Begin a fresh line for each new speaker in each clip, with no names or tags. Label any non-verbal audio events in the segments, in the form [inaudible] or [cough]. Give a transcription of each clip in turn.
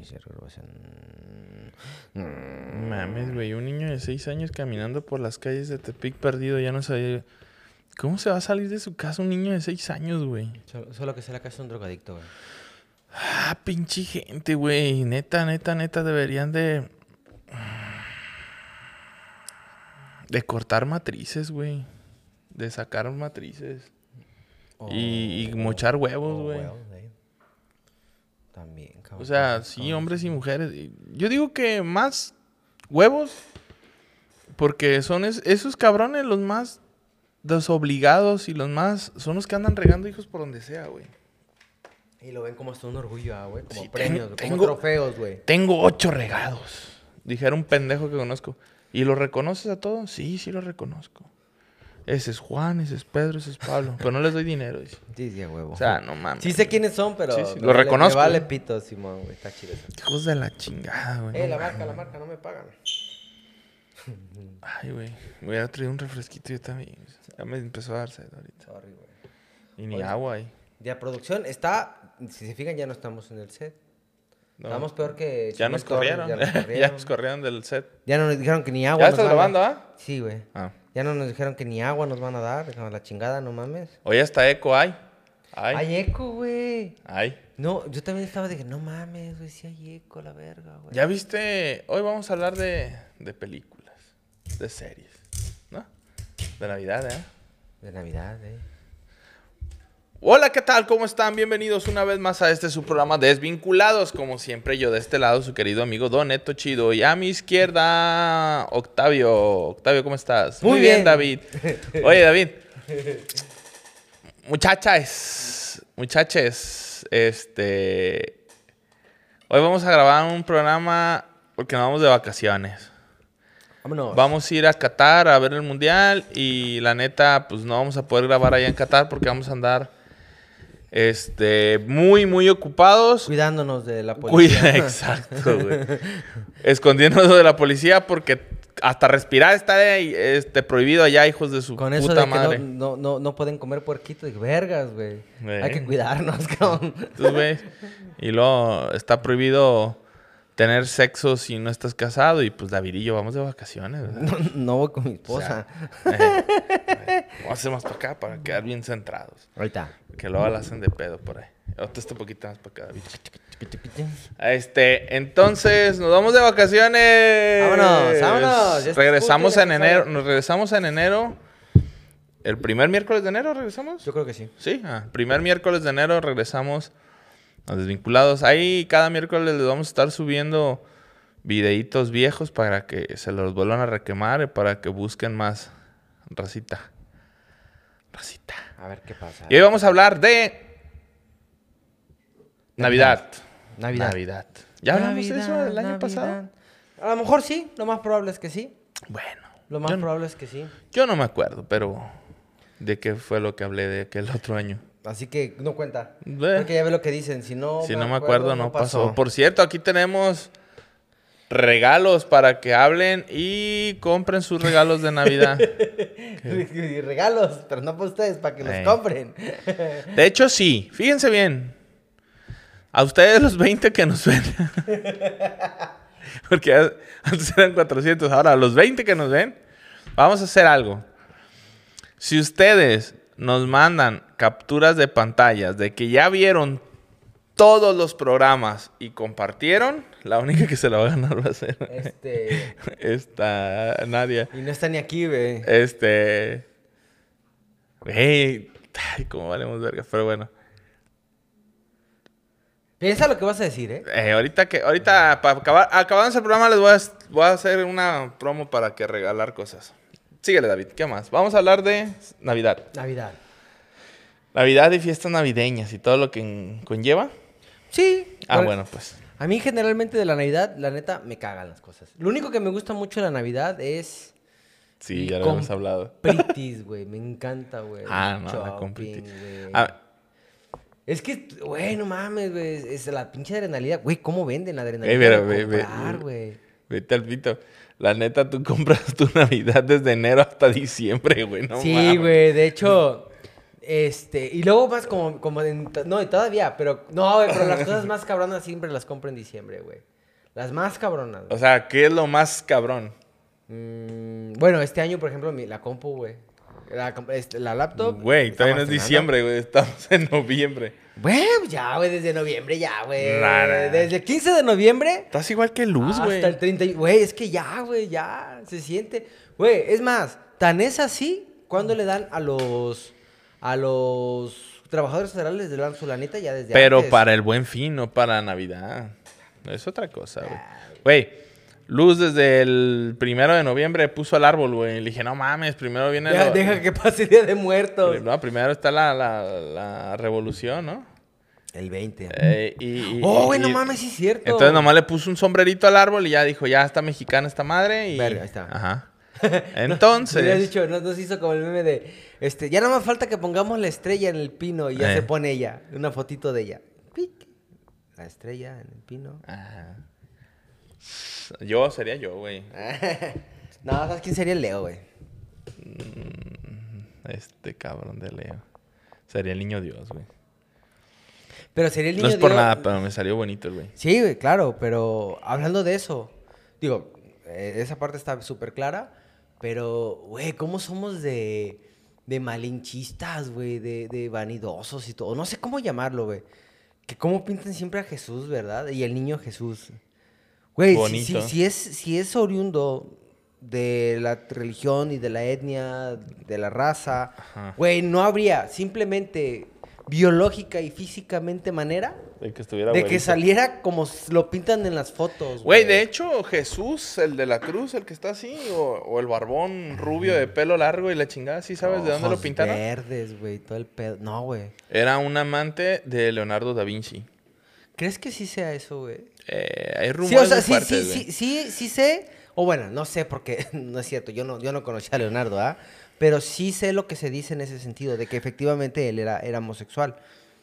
hacer grabación.
Mm, Mames, güey, un niño de 6 años caminando por las calles de Tepic perdido, ya no sabía. ¿Cómo se va a salir de su casa un niño de 6 años, güey?
Solo, solo que sea la casa de un drogadicto, güey.
Ah, pinche gente, güey. Neta, neta, neta, deberían de. De cortar matrices, güey. De sacar matrices.
O-
Y- y mochar huevos,
o
güey.
eh. También, cabrón.
O sea, sí, hombres y mujeres. Y Yo digo que más huevos. Porque son es- esos cabrones los más desobligados y los más. Son los que andan regando hijos por donde sea, güey.
Y lo ven como hasta un orgullo, ah, güey. Como
Sí, ten-
premios, güey,
tengo-
como trofeos, güey.
Tengo ocho regados. Dijera un pendejo que conozco. ¿Y lo reconoces a todos? Sí, sí lo reconozco. Ese es Juan, ese es Pedro, ese es Pablo. Pero no les doy dinero, dice.
Sí, sí, a huevo.
O sea, no mames.
sí sé quiénes son, pero.
Sí, sí,
me
lo
vale-
reconozco,
Me vale
güey.
pito, Simón, güey. Está chido eso.
Hijos de la chingada, güey.
Eh,
no
la
mames.
marca, la marca, no me pagan.
Ay, güey. Me hubiera traído un refresquito yo también. Ya me empezó a dar sed ahorita.
Sorry, güey.
Y ni
Oye.
agua ahí.
Ya producción está. Si se fijan, ya no estamos en el set.
No.
Estamos peor que.
Ya
Chumel
nos
Torres,
corrieron.
Ya nos corrieron.
[laughs] ya nos corrieron del set.
Ya no nos dijeron que ni agua.
¿Ya
nos
estás
van a-
grabando, ah?
Sí, güey.
Ah.
Ya no nos dijeron que ni agua nos van a dar. dijeron, La chingada, no mames.
Hoy hasta eco hay. Hay.
Hay eco, güey.
Hay.
No, yo también estaba dije, no mames, güey, sí hay eco, la verga, güey.
Ya viste, hoy vamos a hablar de, de películas, de series, ¿no? De Navidad, ¿eh?
De Navidad, eh.
Hola, ¿qué tal? ¿Cómo están? Bienvenidos una vez más a este su programa Desvinculados. Como siempre, yo de este lado, su querido amigo Don Neto Chido. Y a mi izquierda, Octavio. Octavio, ¿cómo estás?
Muy bien.
David. Oye, David. Muchachas, muchaches, este. Hoy vamos a grabar un programa porque nos vamos de vacaciones.
Vámonos.
Vamos a ir a Qatar a ver el mundial y la neta, pues no vamos a poder grabar allá en Qatar porque vamos a andar este, muy, muy ocupados.
Cuidándonos de la policía.
Cuida, [laughs] exacto, güey. Escondiéndonos de la policía porque hasta respirar está eh, este, prohibido allá, hijos de su
Con
puta
eso de que
madre.
no, no, no, no pueden comer puerquito. Dije, vergas, güey.
Güey.
Hay que cuidarnos, [laughs] cabrón.
Entonces, güey, y luego está prohibido tener sexo si no estás casado y pues David y yo vamos de vacaciones, ¿verdad?
[laughs] No, no voy con mi
O
esposa.
sea, eh, eh, vamos a hacer más para acá para quedar bien centrados.
Ahorita.
Que luego la hacen de pedo por ahí. Otro está un poquito más para acá, David. Este, entonces, nos vamos de vacaciones.
Vámonos, vámonos. Ya está
Regresamos
justo,
en
ya está
enero.
fuera.
Nos regresamos en enero. ¿El primer miércoles de enero regresamos?
Yo creo que sí.
Sí, ah, primer miércoles de enero regresamos a Desvinculados. Ahí cada miércoles les vamos a estar subiendo videitos viejos para que se los vuelvan a requemar y para que busquen más racita. Racita.
A ver qué pasa.
Y hoy vamos a hablar de Navidad.
Navidad.
Navidad. ¿Ya hablamos de eso el año
Navidad,
pasado?
Navidad. A lo mejor sí. Lo más probable es que sí.
Bueno,
Lo más
Yo no-
probable es que sí.
yo no me acuerdo, pero de qué fue lo que hablé de aquel otro año.
Así que no cuenta.
Ve.
Porque ya ve lo que dicen. Si no
si no me acuerdo, no
[laughs]
pasó. Por cierto, aquí tenemos regalos para que hablen y compren sus regalos de Navidad.
Y regalos, pero no para ustedes, para que los
Ey. [laughs]
compren.
De hecho, sí, fíjense bien. A ustedes los 20 que nos ven. [laughs] Porque a- antes eran 400, ahora los 20 que nos ven, vamos a hacer algo. Si ustedes nos mandan capturas de pantallas de que ya vieron todos los programas y compartieron, la única que se la va a ganar va a ser [laughs]
Este.
esta Nadia.
Y no está ni aquí, güey.
Este. Güey. Ay, cómo valemos verga. Pero bueno.
Piensa lo que vas a decir, ¿eh?
Eh, ahorita que. Ahorita, para acabar. Acabando el programa, les voy a, voy a hacer una promo para que regalar cosas. Síguele, David. ¿Qué más? Vamos a hablar de Navidad.
Navidad.
Navidad y fiestas navideñas y todo lo que en- conlleva.
Sí.
Ah,
por-
bueno, pues.
A mí generalmente de la Navidad, la neta, me cagan las cosas. Lo único que me gusta mucho de la Navidad es
Sí,
Y
ya lo
con-
hemos hablado. [laughs]
Pritis, güey. Me encanta, güey.
Ah, no, la
Shopping,
compiti.
güey.
Ah,
Es que, güey, no mames, güey. Es- Es la pinche adrenalina. Güey, ¿cómo venden la adrenalina?
Eh, mira,
de
ve- ve-
comprar, güey.
vete al pito. La neta, tú [laughs] compras tu Navidad desde enero hasta diciembre, güey. No
sí,
mames.
güey. De hecho, Este, y luego más como, como en to- no, y todavía, pero no, güey, pero las cosas más cabronas siempre las compro en diciembre, güey. Las más cabronas.
O
güey.
sea, ¿qué es lo más cabrón?
Mm, bueno, este año, por ejemplo, mi- la compu, güey. La, comp- este, la laptop.
Güey,
estamos
todavía no es
estrenando.
diciembre, güey. Estamos en noviembre.
Güey, pues ya, güey, desde noviembre ya, güey.
Rara.
Desde el 15 de noviembre
Estás igual que Luz,
hasta
güey.
el 30. y- Güey, es que ya, güey, ya se siente. Güey, es más, tan es así cuando le dan a los a los trabajadores federales de la planeta ya desde
Pero
antes.
para el buen fin, no para Navidad. Es otra cosa, güey. Güey, Luz desde el primero de noviembre puso el árbol, güey. Le dije, no mames, primero viene...
Ya,
lo-
deja que pase el día de muertos.
No, primero está la, la- la revolución, ¿no?
El 20.
Eh, y, y-
oh, güey,
y-
no mames, sí es cierto.
Entonces nomás le puso un sombrerito al árbol y ya dijo, ya está mexicana esta madre y...
Verga, ahí está.
Ajá.
[laughs] Se hubiera
Entonces...
dicho, no, nos hizo como el meme de, este, ya nada más falta que pongamos la estrella en el pino y ya
Eh.
se pone ella, una fotito de ella. Pic. La estrella en el pino.
[laughs] Ajá. Ah. Yo sería yo, güey.
no, ¿sabes quién sería el Leo, güey?
Este cabrón de Leo. Sería el niño Dios, güey.
Pero sería el niño
No es por
Dios.
nada, pero me salió bonito el güey.
Sí, güey, claro, pero hablando de eso, digo, eh, esa parte está súper clara, pero, güey, ¿cómo somos de, de malinchistas, güey? De, de vanidosos y todo. No sé cómo llamarlo, güey. Que cómo pintan siempre a Jesús, ¿verdad? Y el niño Jesús. Güey, si, si-
Bonito.
si es, si es oriundo de la religión y de la etnia, de la raza,
Ajá.
güey, no habría simplemente biológica y físicamente manera
De que estuviera
de que saliera como s- lo pintan en las fotos,
Güey, de hecho, Jesús, el de la cruz, el que está así, o, o el barbón rubio de pelo largo y la chingada, ¿sí sabes de dónde lo
Ojos
pintaron?
verdes, güey, todo el pedo. No, güey.
Era un amante de Leonardo da Vinci.
¿Crees que sí sea eso, güey?
Eh, hay rumores
Sí, o sea,
muy
sí,
fuertes,
sí,
güey.
sí, sí, sí sé. O bueno, no sé porque [laughs] no es cierto, yo no, yo no conocía a Leonardo, ¿ah? Pero sí sé lo que se dice en ese sentido, de que efectivamente él era, era homosexual.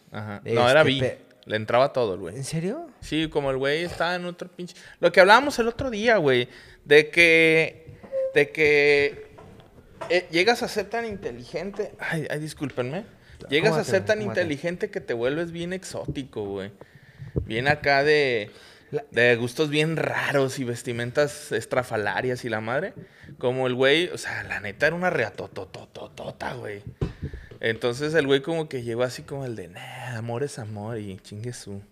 Ajá. No,
Este,
era bi.
pe-
Le entraba todo el güey.
¿En serio?
Sí, como el güey estaba en otro pinche. Lo que hablábamos el otro día, güey. De que. De que. eh, llegas a ser tan inteligente. Ay, ay, discúlpenme. Llegas a
Tómatela,
ser tan
tómatela.
inteligente que te vuelves bien exótico, güey. Bien acá de.
La-
De gustos bien raros y vestimentas estrafalarias y la madre. Como el güey, o sea, la neta era una reatotototota, güey. Entonces el güey como que llegó así como el de, nah, amor es amor y chingue su.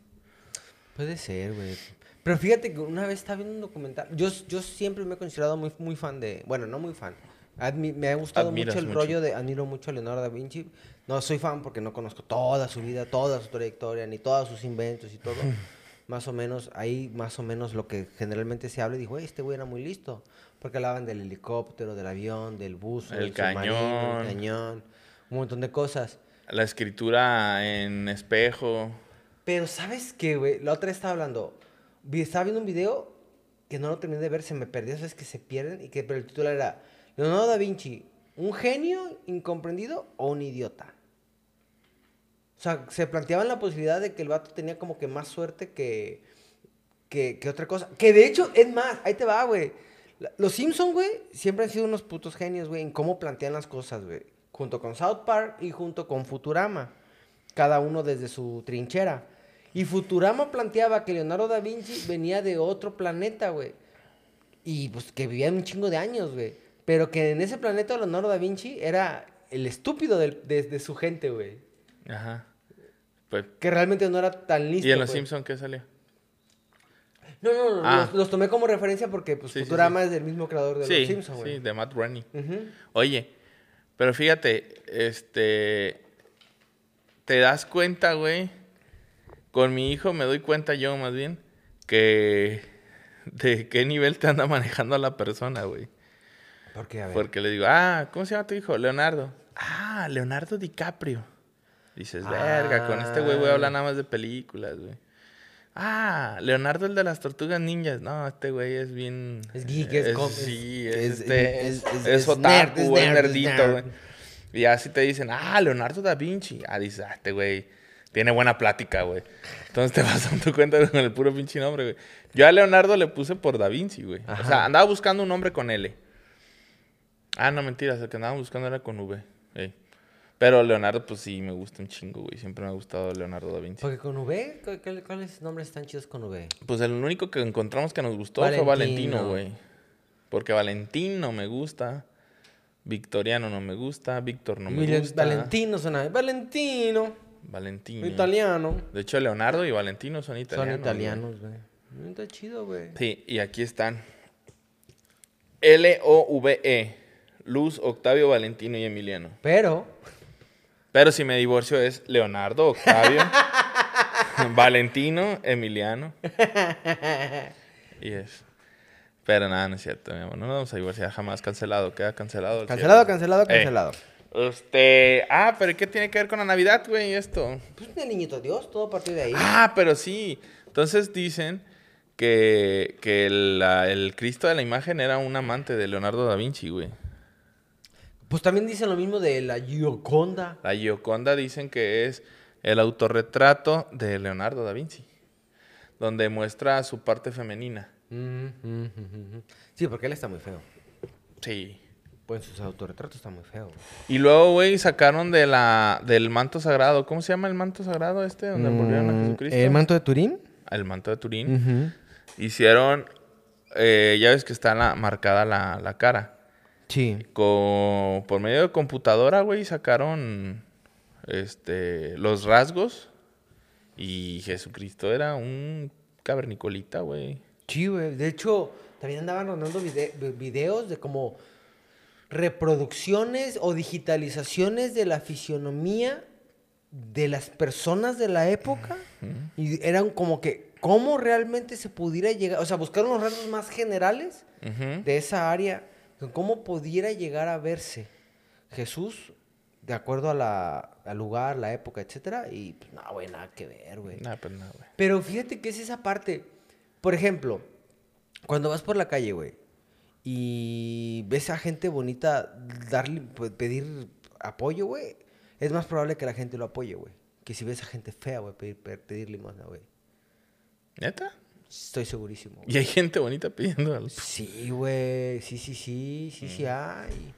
Puede ser, güey. Pero fíjate que una vez estaba viendo un documental. Yo, yo siempre me he considerado muy, muy fan de. Bueno, no muy fan. Admi- me ha gustado
Admiras
mucho el
mucho.
rollo de. Admiro mucho a Leonardo da Vinci. No soy fan porque no conozco toda su vida, toda su trayectoria, ni todos sus inventos y todo.
[laughs]
más o menos, ahí más o menos lo que generalmente se habla. y Dijo, "Ey, este güey era muy listo. Porque hablaban del helicóptero, del avión, del buzo,
El
del submarino,
cañón.
el cañón, un montón de cosas.
La escritura en espejo.
Pero ¿sabes qué, güey? La otra vez estaba hablando. vi- Estaba viendo un video que no lo terminé de ver, se me perdió, sabes que se pierden y que pero el titular era Leonardo da Vinci, ¿un genio incomprendido o un idiota? O sea, se planteaban la posibilidad de que el vato tenía como que más suerte que que, que otra cosa. Que de hecho, es más, ahí te va, güey. La- Los Simpson, güey, siempre han sido unos putos genios, güey, en cómo plantean las cosas, güey. Junto con South Park y junto con Futurama. Cada uno desde su trinchera. Y Futurama planteaba que Leonardo da Vinci venía de otro planeta, güey. Y pues que vivía un chingo de años, güey. Pero que en ese planeta Leonardo da Vinci era el estúpido del- de, de su gente, güey.
Ajá. Pues,
Que realmente no era tan listo.
¿Y en Los
pues.
Simpsons qué salió?
No, no, no,
Ah.
los, los tomé como referencia porque pues,
Sí, sí,
Futurama es del mismo creador de
sí,
los Simpsons, güey.
sí, de Matt Rennie.
Ujú.
Oye, pero fíjate, este. Te das cuenta, güey. Con mi hijo me doy cuenta yo, más bien, que. De qué nivel te anda manejando a la persona, güey.
Porque, a ver,
Porque le digo, ah, ¿cómo se llama tu hijo? Leonardo. Ah, Leonardo DiCaprio. Dices, verga, con este güey voy a
Ah.
hablar nada más de películas, güey. Ah, Leonardo el de las tortugas ninjas. No, este güey es bien.
Es geek, es com-
Sí,
es-
es,
es- es-
este, es,
es-
es
es nerd,
otaku,
es
es,
nerd, es
nerdito,
nerd.
güey. Y así te dicen, ah, Leonardo da Vinci. Ah, dices, ah, este güey tiene buena plática, güey. Entonces te [laughs] vas dando cuenta con el puro pinche nombre, güey. Yo a Leonardo le puse por da Vinci, güey. O sea, andaba buscando un nombre con L. Ah, no, mentiras, el que andaban buscando era con V. Ey. Pero Leonardo, pues sí, me gusta un chingo, güey. Siempre me ha gustado Leonardo da Vinci.
Porque con V, ¿cu- cu- ¿cuáles nombres están chidos con V?
Pues el único que encontramos que nos gustó fue
Valentino.
Valentino, güey. Porque Valentino me gusta. Victoriano no me gusta. Víctor no me
Mil-
gusta.
Valentino suena. Valentino.
Valentino.
Italiano.
De hecho, Leonardo y Valentino son italianos.
Son
güey.
italianos, güey. Mm, Está chido, güey.
Sí, y aquí están. L-O-V-E. E, Luz, Octavio, Valentino y Emiliano.
Pero,
Pero si me divorcio es
[laughs]
Leonardo, Octavio, Valentino, Emiliano. Y es. Pero nada, no es cierto, mi amor. No nos vamos a divorciar jamás. Cancelado, queda cancelado. el
cancelado,
cielo.
cancelado,
Eh,
cancelado.
Este. Ah, pero ¿qué tiene que ver con la Navidad, güey? Esto.
Pues el niñito Dios, todo a partir de ahí.
Ah, pero sí. Entonces dicen que, que la- el Cristo de la imagen era un amante de Leonardo da Vinci, güey.
Pues también dicen lo mismo de la Gioconda.
La Gioconda dicen que es el autorretrato de Leonardo da Vinci, donde muestra su parte femenina.
Mm, mm, mm, mm. Sí, porque él está muy feo.
Sí.
Pues en sus autorretratos está muy feo. güey.
Y luego, güey, sacaron de la, del manto sagrado. ¿Cómo se llama el manto sagrado este? Donde envolvieron a
Mm,
Jesucristo.
¿El Mm. manto de Turín?
El manto de Turín. Hicieron, eh, ya ves que está la, marcada la, la cara.
Sí.
Co- por medio de computadora, güey, sacaron este, los rasgos. Y Jesucristo era un cavernicolita, güey.
Sí, güey. De hecho, también andaban rondando vide- vi- videos de como reproducciones o digitalizaciones de la fisionomía de las personas de la época. Y eran como que, ¿cómo realmente se pudiera llegar? O sea, buscaron los rasgos más generales
Ujú.
de esa área, con cómo pudiera llegar a verse Jesús de acuerdo a la, al lugar, la época, etcétera. Y pues, no, güey, nada que ver, güey.
Nah, pues nada, güey.
Pero fíjate que es esa parte. Por ejemplo, cuando vas por la calle, güey, y ves a gente bonita darle, pe- pedir apoyo, güey, es más probable que la gente lo apoye, güey. Que si ves a gente fea, güey, pedir, pe- pedir limosna, güey.
¿Neta?
Estoy segurísimo. güey.
Y hay gente bonita pidiendo. al-
Sí, güey. Sí, sí, sí. Sí, sí hay.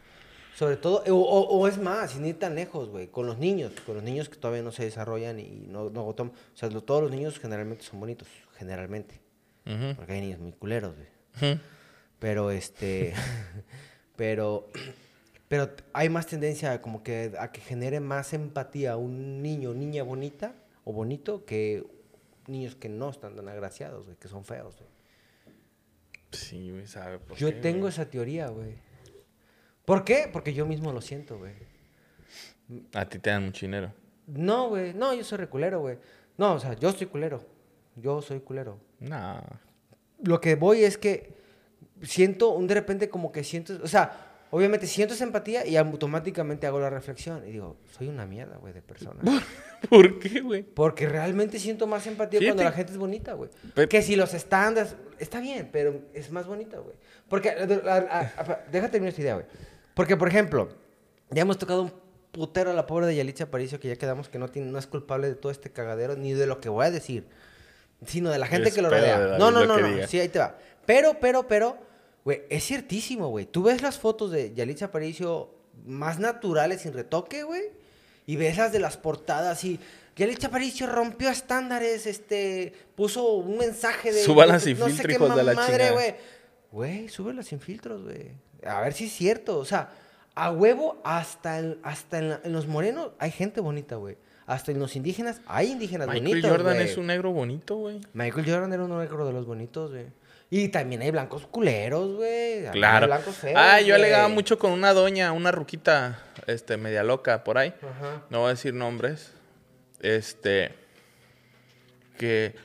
Sobre todo, o, o- o es más, sin ir tan lejos, güey, con los niños, con los niños que todavía no se desarrollan y no, no toman- O sea, lo- todos los niños generalmente son bonitos, generalmente.
Ujú.
Porque hay niños muy culeros, güey.
Ujú.
Pero este. [laughs] pero. Pero hay más tendencia como que a que genere más empatía un niño, niña bonita o bonito que niños que no están tan agraciados, güey, que son feos, güey.
Sí, güey, sabe. por
Yo
qué,
tengo
güey.
esa teoría, güey. ¿Por qué? Porque yo mismo lo siento, güey.
A ti te dan mucho dinero.
No, güey. No, yo soy reculero, güey. No, o sea, yo soy culero. Yo soy culero.
Nah.
lo que voy es que siento un de repente como que siento, o sea, obviamente siento esa empatía y automáticamente hago la reflexión y digo, soy una mierda, güey, de persona.
[laughs] ¿Por qué, güey?
Porque realmente siento más empatía
Fíjate.
cuando la gente es bonita, güey.
Pe-
Que si los estándares, está bien, pero es más bonita, güey. Porque, a- a- a- déjate terminar esta idea, güey. Porque, por ejemplo, ya hemos tocado un putero a la pobre de Yalitza Aparicio, que ya quedamos que no, tiene, no es culpable de todo este cagadero, ni de lo que voy a decir, sino de la gente que lo
Espero de
rodea.
David
No, no,
lo
no,
que
no,
diga.
sí, ahí te va. Pero, pero, pero, güey, es ciertísimo, güey. Tú ves las fotos de Yalitza Aparicio más naturales, sin retoque, güey. Y ves las de las portadas y Yalitza Aparicio rompió estándares, este, puso un mensaje de...
Súbalas sin
no sé
filtro,
qué
hijos de la
mamadre,
chingada.
güey. Güey, súbelas sin filtros, güey. A ver si es cierto. O sea, a huevo hasta en, hasta en, la- en los morenos hay gente bonita, güey. Hasta en los indígenas hay indígenas
Michael
bonitos,
Jordan
güey.
es un negro bonito, güey.
Michael Jordan era un negro de los bonitos, güey. Y también hay blancos culeros, güey. También hay
Claro.
blancos feos,
ah, yo
güey.
alegaba mucho con una doña, una ruquita, este, media loca por ahí.
Ajá.
No voy a decir nombres. Este. Que.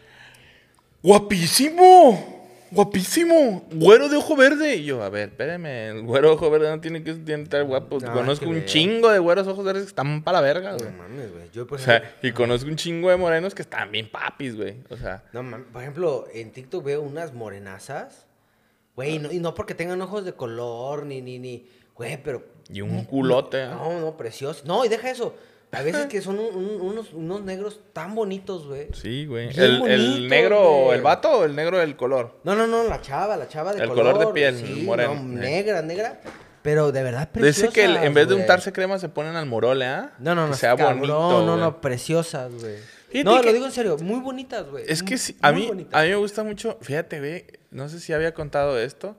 ¡Guapísimo! ¡Guapísimo! ¡Güero de ojo verde! Y yo, a ver, espérame, el güero de ojo verde no tiene que estar guapo.
No,
conozco
es que
un
veo.
chingo de güeros ojos verdes que están para la verga, güey.
No mames, güey. Yo, por
O sea,
ejemplo-
y conozco un chingo de morenos que están bien papis, güey. O sea,
No, mames, por ejemplo, en TikTok veo unas morenazas. Güey, no- y no porque tengan ojos de color, ni, ni, ni. Güey, pero.
y un culote. ¿eh?
No, no, precioso. No, y deja eso. A veces que son un- un- unos, unos negros tan bonitos, güey.
Sí, güey.
Bien
El, el
bonito,
negro,
güey.
el vato o el negro del color.
No, no, no, la chava, la chava de
El
color.
color de piel,
sí,
moreno,
no,
eh.
negra, negra. Pero de verdad preciosas.
Dice que el- en vez de
güey.
untarse crema se ponen al morole, ¿ah?
No, no, no.
Que sea
cabrón,
bonito.
No,
güey.
no, preciosas, güey.
Fíjate
No,
que-
lo digo en serio. Muy bonitas, güey.
Es que
Muy-
sí, a
muy
mí,
bonitas.
a mí me gusta mucho, fíjate, güey, no sé si había contado esto,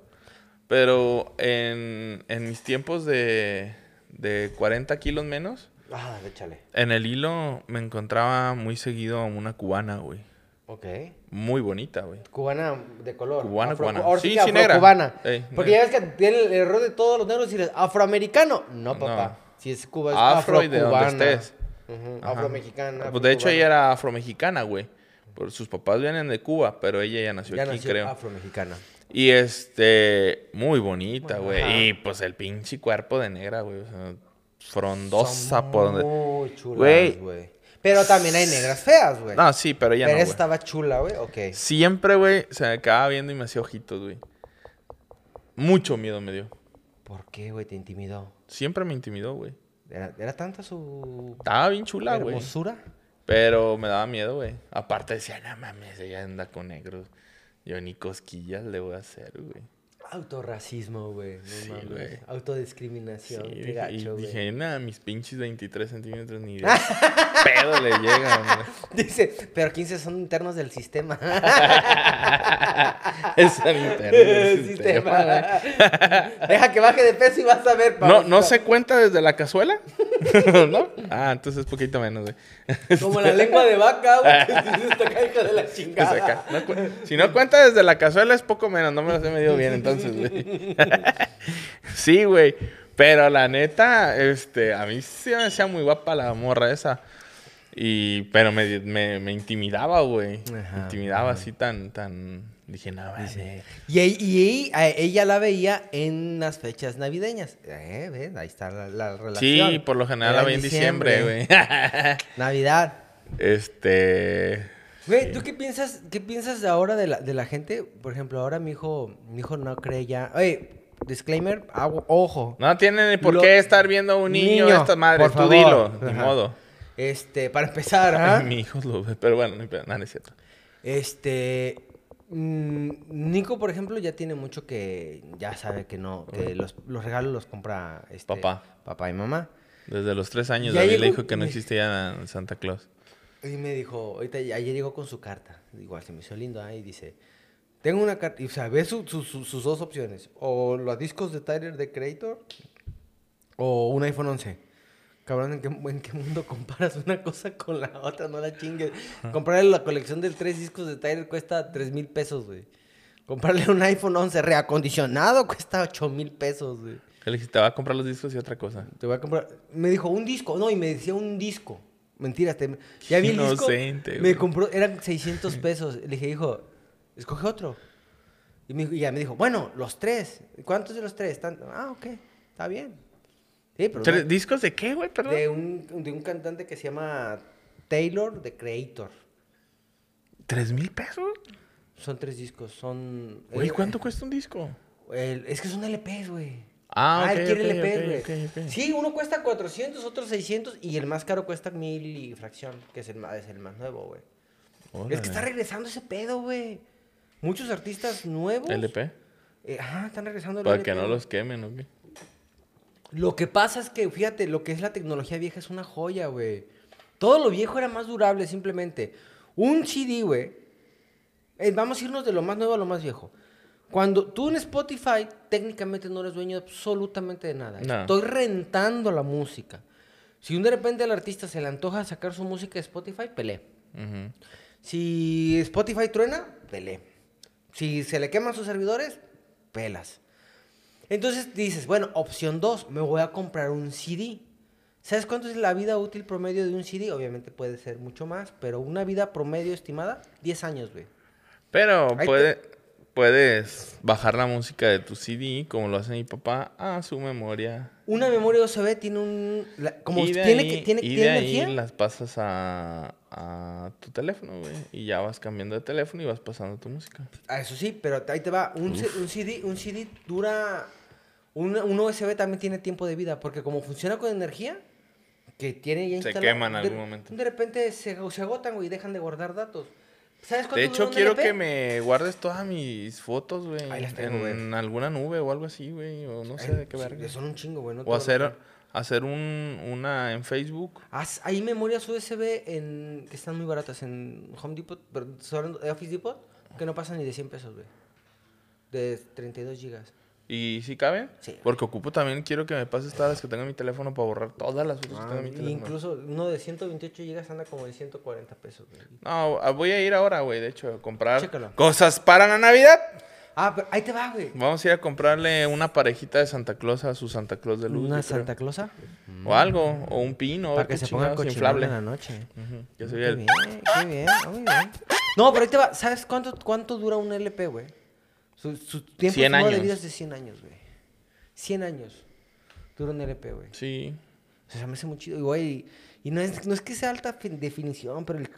pero en, en mis tiempos de, de 40 kilos menos,
Ah, échale.
en el hilo me encontraba muy seguido a una cubana, güey.
Ok.
Muy bonita, güey.
Cubana de color.
Cubana,
afro-
cubana.
Ahora
Sí,
sí,
sí, negra.
afrocubana.
Ey,
Porque ya
negra.
ves que tiene el error de todos los negros y les afroamericano. No, papá.
No.
Si es Cuba, es
Afro y de donde
afrocubana.
estés.
Ujú,
Ajá.
Afromexicana.
Pues de hecho
afrocubana.
ella era afromexicana, güey. Por- Sus papás vienen de Cuba, pero ella ya nació
Ya
aquí,
nació
creo.
afromexicana.
Y este, muy bonita,
Ajá.
güey. Y pues el pinche cuerpo de negra, güey. o sea, frondosa
Son
por donde.
Muy chulas,
Güey.
güey. Pero también hay negras feas, güey.
No, sí, pero ella
Pero
no. güey.
estaba chula, güey. Ok.
Siempre, güey, se me acaba viendo y me hacía ojitos, güey. Mucho miedo me dio.
¿Por qué, güey? Te intimidó.
Siempre me intimidó, güey.
¿Era, era tanta su
Estaba bien chula, güey.
hermosura?
Pero me daba miedo, güey. Aparte decía, no mames, ella anda con negros. Yo ni cosquillas le voy a hacer, güey.
Autorracismo, güey. No
Sí,
mames.
güey. Sí,
Autodiscriminación. qué
dije- y
gacho, güey.
dije, nada, mis pinches 23 centímetros ni de [laughs] pedo le llegan, güey.
[laughs]
[laughs]
Dice, pero 15 son internos del sistema.
Es el interno del
[laughs] Sistema,
sistema, güey.
güey. [laughs] Deja que baje de peso y vas a ver.
No, no
papacito.
se cuenta desde la cazuela, [laughs] ¿no? Ah, entonces es poquito menos, güey.
Como la lengua de vaca, güey. [laughs] Que
[laughs]
sí se está cayendo de la
Pues
chingada.
acá, no cu- si no cuenta desde la cazuela es poco menos, no me los he medido bien entonces, güey. [laughs] sí, güey. Pero la neta, este, a mí sí me hacía muy guapa la morra esa. Y, pero me, me, me intimidaba, güey.
Ajá,
Me intimidaba así tan, tan. Dije, no, güey.
Y, ahí- y ahí, a ella la veía en las fechas navideñas. Eh, ves, ahí está la, la relación.
Sí, por lo general la
Era
veía en diciembre, güey. [laughs]
Navidad.
este.
Güey, ¿tú qué piensas, qué piensas de ahora de la, de la gente? Por ejemplo, ahora mi hijo, mi hijo no cree ya. Oye, disclaimer, hago- ojo.
No tiene ni por
Lo-
qué estar viendo a un niño,
Niño,
estas madres. Tú
por
dilo,
favor.
ni
Ajá.
modo.
Este, para empezar, ¿ah?
[laughs] Mi hijo lo ve, pero bueno, no, hay pedo, no, no es cierto.
Este. mm, Nico, por ejemplo, ya tiene mucho que ya sabe que no, que los, los regalos los compra este,
Papá.
papá y mamá.
Desde los tres años,
Ya
David le
llegó-
dijo que no
me-
existía Santa Claus.
Y me dijo, ahorita ayer llegó con su carta, igual se me hizo lindo, ahí dice, tengo una carta, y o sea, ve su- su- su- sus dos opciones, o los discos de Tyler de Creator, o un iPhone 11. Cabrón, ¿en qué, en qué mundo comparas una cosa con la otra? No la chingues. Comprarle la colección de tres discos de Tyler cuesta 3 mil pesos, güey. Comprarle un iPhone 11 reacondicionado cuesta 8 mil pesos, güey.
Que le dije, te va a comprar los discos y otra cosa.
Te voy a comprar. Me dijo un disco, no, y me decía un disco. Mentiras, te... ya vi el disco.
Inocente, güey.
me compró,
[laughs]
eran 600 pesos. Le dije, hijo, escoge otro. Y, me dijo- y ya me dijo, bueno, los tres. ¿Cuántos de los tres? Tan- Ah, ok, está bien. Sí, pero
Tres- ¿Discos de qué, güey? Perdón.
de, un, de un cantante que se llama Taylor The Creator.
¿Tres mil pesos?
Son tres discos, son.
Güey,
eh,
¿cuánto cuesta un disco?
El- es que son LPs, güey.
Ah,
él
ok,
quiere
ok,
LPs, güey.
ok, ok, ok.
Sí, uno cuesta 400, otro 600 y el más caro cuesta 1000 y fracción, que es el más, es el más nuevo, güey. Es que está
Órale.
regresando ese pedo, güey. Muchos artistas nuevos.
LP.
eh, ajá, están regresando el
Para
LP,
que no
güey.
los quemen, ¿ok?
Lo que pasa es que, fíjate, lo que es la tecnología vieja es una joya, güey. Todo lo viejo era más durable, simplemente. Un CD, güey. eh, vamos a irnos de lo más nuevo a lo más viejo. Cuando tú en Spotify técnicamente no eres dueño absolutamente de nada.
No.
Estoy rentando la música. Si de repente al artista se le antoja sacar su música de Spotify, pelé.
Ujú.
Si Spotify truena, pele. Si se le queman sus servidores, pelas. Entonces dices, bueno, opción 2, me voy a comprar un CD. ¿Sabes cuánto es la vida útil promedio de un CD? Obviamente puede ser mucho más, pero una vida promedio estimada, 10 años, güey.
Pero
Ahí
puede- puedes bajar la música de tu CD, como lo hace mi papá, a su memoria.
Una memoria USB tiene un... la- como
Y de
tiene,
ahí-
que, tiene,
y de
tiene
ahí
energía.
las pasas a, a tu teléfono, güey. Y ya vas cambiando de teléfono y vas pasando tu música.
Ah, eso sí, pero ahí te va. Un, C- un CD, un CD dura. Un, un USB también tiene tiempo de vida, porque como funciona con energía, que tiene ya
Se
instalado,
quema en
de-
algún momento.
De repente se, se agotan, güey, y dejan de guardar datos. ¿Sabes cuánto
De hecho,
dura un
quiero
LP?
que me guardes todas mis fotos, güey.
Ahí las tengo, güey.
En alguna nube o algo así, güey. O no sé
Ay,
de qué
sí,
verga.
Son un chingo, güey. no te
O
lo
hacer,
recuerdo.
hacer un, una en Facebook.
Haz- hay memorias USB en, que están muy baratas en Home Depot, pero solo en Office Depot, que no pasan ni de 100 pesos, güey. De 32 gigas.
¿Y si caben?
Sí.
Porque ocupo también, quiero que me pases todas las que tengo en mi teléfono para borrar todas las fotos que tengo en mi
Ah, Y
teléfono.
incluso uno de 128 gigas anda como de 140 pesos, güey.
No, a- voy a ir ahora, güey, de hecho, a comprar
Chécalo.
cosas para la Navidad.
Ah, pero ahí te va, güey.
Vamos a ir a comprarle una parejita de Santa Claus a su Santa Claus de luz.
Una
yo creo.
Santa Clausa
O algo, o un pino, o
para que se ponga cochinón
inflable.
en la noche.
Ujú, Yo soy
Qué
el...
bien, qué bien, ah, muy bien. No, pero ahí te va. ¿Sabes cuánto, cuánto dura un LP, güey? Su, su tiempo
100
estimado de
años.
vida es de 100 años, güey. 100 años dura un LP, güey.
Sí.
O sea, se me hace muy chido, güey. Y no es, no es que sea alta fin- definición, pero el...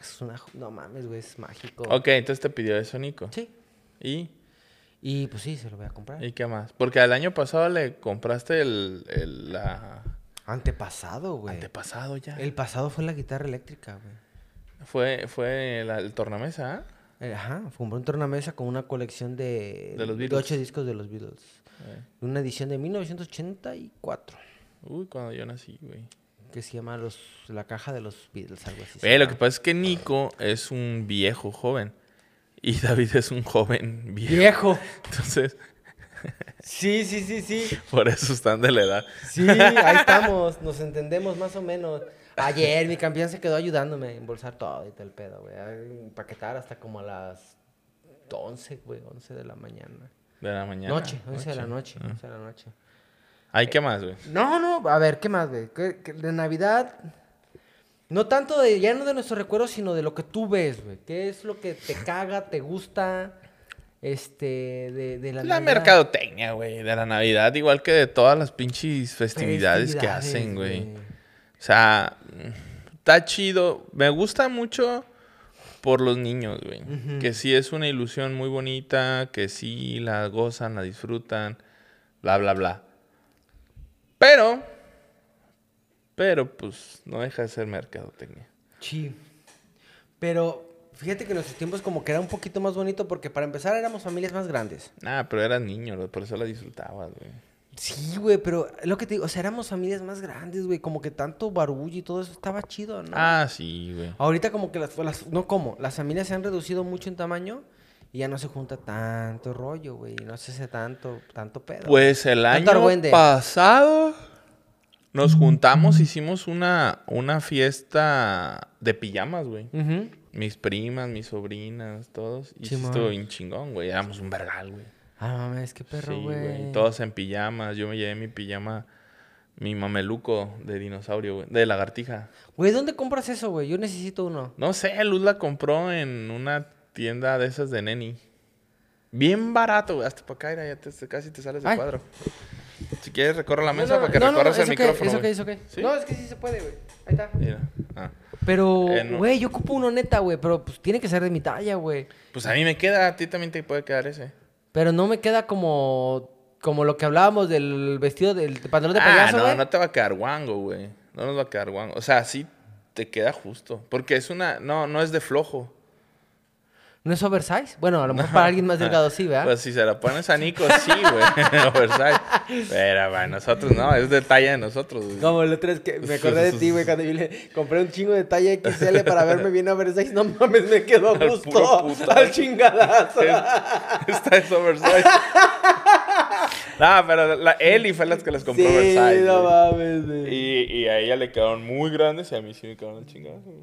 Es una... No mames, güey, es mágico.
Ok, entonces te pidió eso, Nico.
Sí.
¿Y?
Y pues sí, se lo voy a comprar.
¿Y qué más? Porque el año pasado le compraste el, el la...
Antepasado, güey.
antepasado ya.
El pasado fue la guitarra eléctrica, güey.
Fue, fue la- el tornamesa, ¿ah?
Eh, Ajá, compré un tornamesa con una colección de,
De los
de
Beatles.
ocho discos de los Beatles.
Eh.
Una edición de 1984
Uy, cuando yo nací, güey.
que se llama los, La Caja de los Beatles, algo así. se
Güey, lo que
llama.
pasa es que Nico es un viejo joven. Y [laughs] David es un joven viejo.
¡Viejo!
Entonces,
Sí, sí, sí, sí.
por eso están de la edad.
Sí, ahí estamos, nos entendemos más o menos. Ayer mi campeón se quedó ayudándome a embolsar todo y todo el pedo, güey. A Empaquetar hasta como a las 11, güey, 11 de la mañana.
De la mañana. Ah.
Noche, 11 de la noche, 11 de la noche.
Ay, ¿qué más, güey?
No, no, a ver, ¿qué más, güey? ¿Qué- qué- De Navidad. No tanto de, ya no de nuestros recuerdos, sino de lo que tú ves, güey. ¿Qué es lo que te caga, te gusta? Este, de, de la
La
Navidad?
mercadotecnia, güey, de la Navidad, igual que de todas las pinches festividades, que hacen, güey. O sea, mm, está chido. Me gusta mucho por los niños, güey. Que sí es una ilusión muy bonita, que sí la gozan, la disfrutan, bla, bla, bla. Pero, pero pues no deja de ser mercadotecnia.
Sí. Pero fíjate que nuestros tiempos como que era un poquito más bonito porque para empezar éramos familias más grandes.
Ah, pero eras niño, güey, por eso la disfrutabas, güey.
Sí, güey, pero lo que te digo, o sea, éramos familias más grandes, güey. Como que tanto barullo y todo eso estaba chido, ¿no?
Ah, sí, güey.
Ahorita como que las, las- no como, las familias se han reducido mucho en tamaño y ya no se junta tanto rollo, güey, y no se hace tanto, tanto pedo.
Pues el año
Tanto argüende.
pasado nos juntamos, hicimos una, una fiesta de pijamas, güey.
Ujú.
Mis primas, mis sobrinas, todos. Y sí
Simón.
estuvo bien chingón, güey. Éramos un vergal, güey.
Ah, mames, qué perro,
sí,
güey.
Todos en pijamas. Yo me llevé mi pijama, mi mameluco de dinosaurio, güey. De lagartija.
Güey, ¿dónde compras eso, güey? Yo necesito uno.
No sé, Luz la compró en una tienda de esas de neni. Bien barato, güey. Hasta para acá, mira, ya te- casi te sales del
Ay.
cuadro. Si quieres, recorre la
No,
mesa
no,
para que
no, no,
recorras
no,
el
eso que-
micrófono.
eso que,
güey.
eso que.
¿Sí?
No, es que sí se puede, güey. Ahí está.
Mira. Ah.
Eh, Pero,
Eh, no.
güey, yo ocupo uno neta, güey, pero pues tiene que ser de mi talla, güey.
Pues a mí me queda, a ti también te puede quedar ese.
Pero no me queda como como lo que hablábamos del vestido del pantalón de payaso,
ah, no,
güey.
no te va a quedar guango, güey. No nos va a quedar guango. O sea, sí te queda justo. Porque es una. No, no es de flojo.
¿No es oversize? Bueno, a lo mejor para
[laughs]
alguien más delgado sí, ¿verdad?
Pues si se la pones a Nico, sí, güey. [laughs] Oversize. Pero para nosotros no, es de talla de nosotros, güey. [laughs]
Como el otro es que me acordé de ti, güey, cuando yo le compré un chingo de talla XL para verme bien oversize. No mames, me quedó a
Al
gusto.
puro puto.
Al chingadazo.
Esta es oversize. no, pero la Eli fue las que las compró
Sí,
oversize.
no
güey.
mames, güey.
Y, y a ella le quedaron muy grandes y a mí sí me quedaron chingados. güey.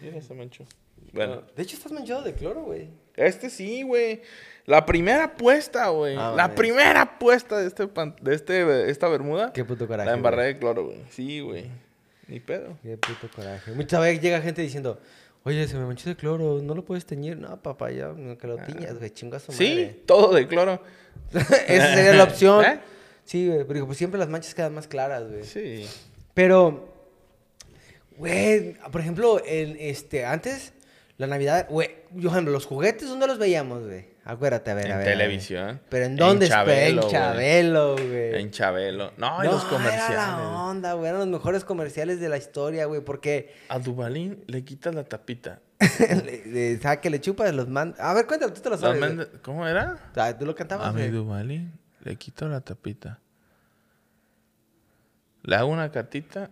Mira ese mancho. Bueno.
De hecho, estás manchado de cloro, güey.
Este sí, güey. La primera apuesta, güey.
Ah,
la
mames.
primera apuesta de, este pan- de este, esta bermuda.
Qué puto coraje.
la embarré de cloro, güey. Sí, güey. Ni pedo.
Qué puto coraje. Muchas veces llega gente diciendo, oye, se me manchó de cloro, no lo puedes teñir. No, papá, ya no que lo tiñas, güey, chingo a su
Ah. Sí,
madre. [laughs]
todo de cloro.
Esa sería la opción.
[laughs] ¿Eh?
Sí, güey, porque pues siempre las manchas quedan más claras, güey.
Sí.
Pero, güey, por ejemplo, en, este, antes, la Navidad, güey, yo, por ejemplo, los juguetes, ¿dónde los veíamos, güey? Acuérdate, a ver,
En
a ver. a ver.
televisión.
Pero ¿en
En
dónde? En
Chabelo,
Chabelo, En
güey.
Chabelo, güey.
En Chabelo. No, y los comerciales.
Era la onda, güey, eran los mejores comerciales de la historia, güey, porque... [laughs]
A Dubalín le quitas la tapita
le, le- sabe que le chupa, los manda. A ver, cuéntalo, tú te lo
Los
sabes. güey.
mende- ¿Cómo era?
Ah, tú lo cantabas,
A mi
güey.
Duvalín le quito la tapita. Le hago una cartita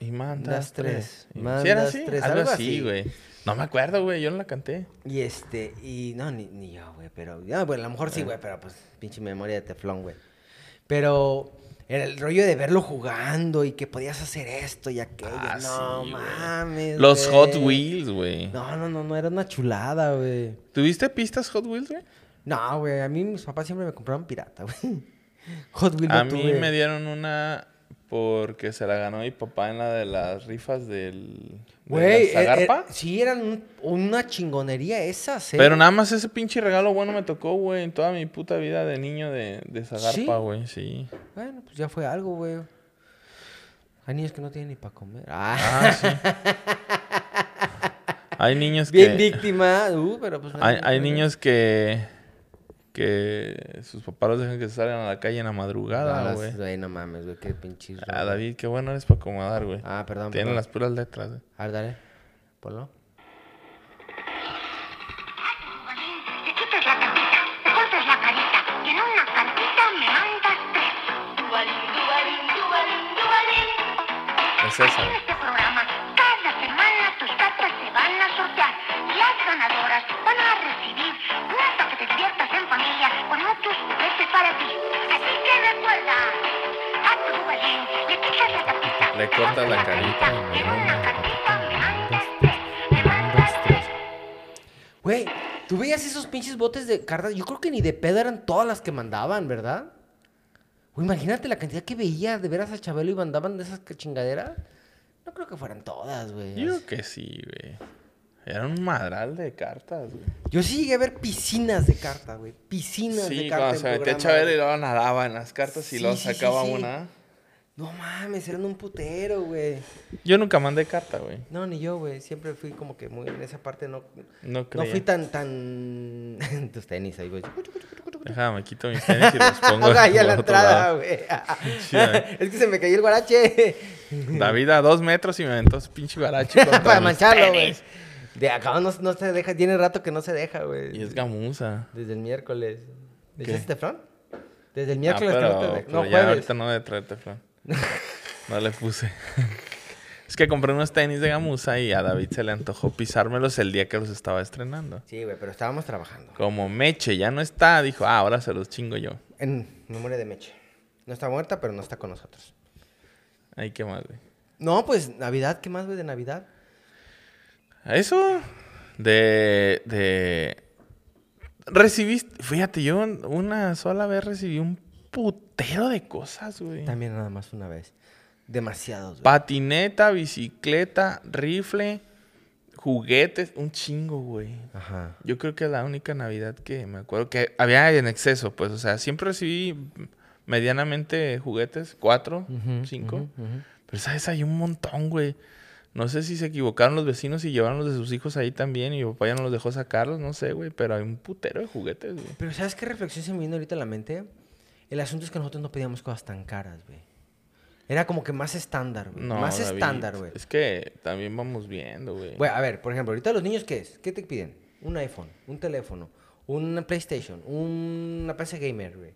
y mandas
Das
tres.
tres,
Y-
mandas
¿Sí era así?
tres,
Algo
algo
así,
así.
güey. No me acuerdo, güey. Yo no la canté.
Y este, y no, ni, ni yo, güey, pero, ya, bueno, a lo
Eh.
mejor sí, güey, pero pues pinche memoria de teflón, güey. Pero era el rollo de verlo jugando y que podías hacer esto y aquello.
Ah,
no
sí, güey.
mames.
Los
güey.
Hot Wheels, güey.
No, no, no, no, era una chulada, güey.
¿Tuviste pistas Hot Wheels, güey?
No, güey, a mí mis papás siempre me compraban pirata, [laughs] güey. Hot Wheels
A
no
mí
tuve.
me dieron una porque se la ganó mi papá en la de las rifas del... de
Güey,
la
eh, eh,
Zagarpa.
sí, eran un- una chingonería esas, ¿eh?
Pero nada más ese pinche regalo bueno me tocó, güey, en toda mi puta vida de niño de, de
¿Sí?
Zagarpa, güey, sí.
Bueno, pues ya fue algo, güey. Hay niños que no tienen ni para comer. Ah.
Ah, sí. Hay niños que...
Bien víctima, uh, pero pues...
Hay,
nada,
hay
güey.
niños que... Que sus papás los dejan que salgan a la calle en la madrugada,
Ah,
güey.
güey, no mames, güey, qué pinche... rollo.
Ah, David, qué bueno eres para acomodar, güey.
Ah, perdón,
Tienen
perdón.
las puras letras, güey.
A ver, dale. Ponlo.
Te quitas la tapita, te cortas la carita y en una cantita me mandas tres. Dubalín, dubalín, dubalín, dubalín.
Es esa,
En
güey.
este programa, cada semana tus cartas se van a sortear. Las ganadoras van a recibir una para que te diviertas en familia con muchos juguetes para ti. Así que recuerda, a tu dubalín le quitas la tapita,
Le
te
cortas la carita y
y en
me
una
mandas
cantita me mandas tres. Me mandas tres.
Güey, tú veías esos pinches botes de cartas. Yo creo que ni de pedo eran todas las que mandaban, ¿verdad? Güey, imagínate la cantidad que veía de veras a Chabelo y mandaban de esas que- chingaderas. No creo que fueran todas, güey.
Yo creo que sí, güey. Era un madral de cartas, güey.
Yo sí llegué a ver piscinas de cartas, güey. Piscinas de
Sí,
cartas.
cuando se metía a Chabelo y luego nadaba en las cartas y
Sí,
luego
sí, sí,
sacaba
sí.
una.
No mames, eran un putero, güey.
Yo nunca mandé carta, güey.
No, ni yo, güey. Siempre fui como que muy en esa parte no.
No
No
creía.
fui tan, tan. [laughs] Tus tenis ahí, güey.
Déjame, quito mis tenis
[laughs]
y los pongo.
O sea,
[laughs]
ahí a
al
la
otro
entrada,
lado.
güey.
Chida.
[laughs] es que se me cayó el guarache.
[laughs] David a dos metros y me aventó su pinche baracho.
[laughs] Para mancharlo, güey. De acá no, no se deja. Tiene rato que no se deja,
[laughs] Y
güey.
es gamusa.
Desde el miércoles. ¿Le
¿Qué?
echaste teflón? Desde el
Ah,
miércoles que
pero,
no te de-
pero
No,
ya
jueves.
ahorita no voy a
[laughs]
traer teflón. No le puse. es que compré unos tenis de gamusa y a David se le antojó pisármelos el día que los estaba estrenando.
Sí, güey, pero estábamos trabajando.
Como Meche ya no está, dijo, ah, ahora se los chingo yo.
En memoria de Meche. No está muerta, pero no está con nosotros.
Ay, qué más, güey.
No, pues Navidad, ¿qué más, güey, de Navidad?
Eso de, de... Recibiste, fíjate, yo una sola vez recibí un putero de cosas, güey.
También nada más una vez. Demasiados, güey.
Patineta, bicicleta, rifle, juguetes, un chingo, güey.
Ajá.
Yo creo que la única Navidad que me acuerdo que había en exceso, pues, o sea, siempre recibí medianamente juguetes, cuatro, cinco. Pero, ¿sabes? Hay un montón, güey. No sé si se equivocaron los vecinos y llevaron los de sus hijos ahí también y mi papá ya no los dejó sacarlos, no sé, güey, pero hay un putero de juguetes, güey.
Pero ¿sabes qué reflexión se me vino ahorita a la mente? El asunto es que nosotros no pedíamos cosas tan caras, güey. Era como que más estándar, güey.
No,
más
David,
estándar, güey.
Es que también vamos viendo, güey.
Güey, a ver, por ejemplo, ahorita los niños, ¿qué es? ¿Qué te piden? Un iPhone, un teléfono, una PlayStation, una PC Gamer, güey.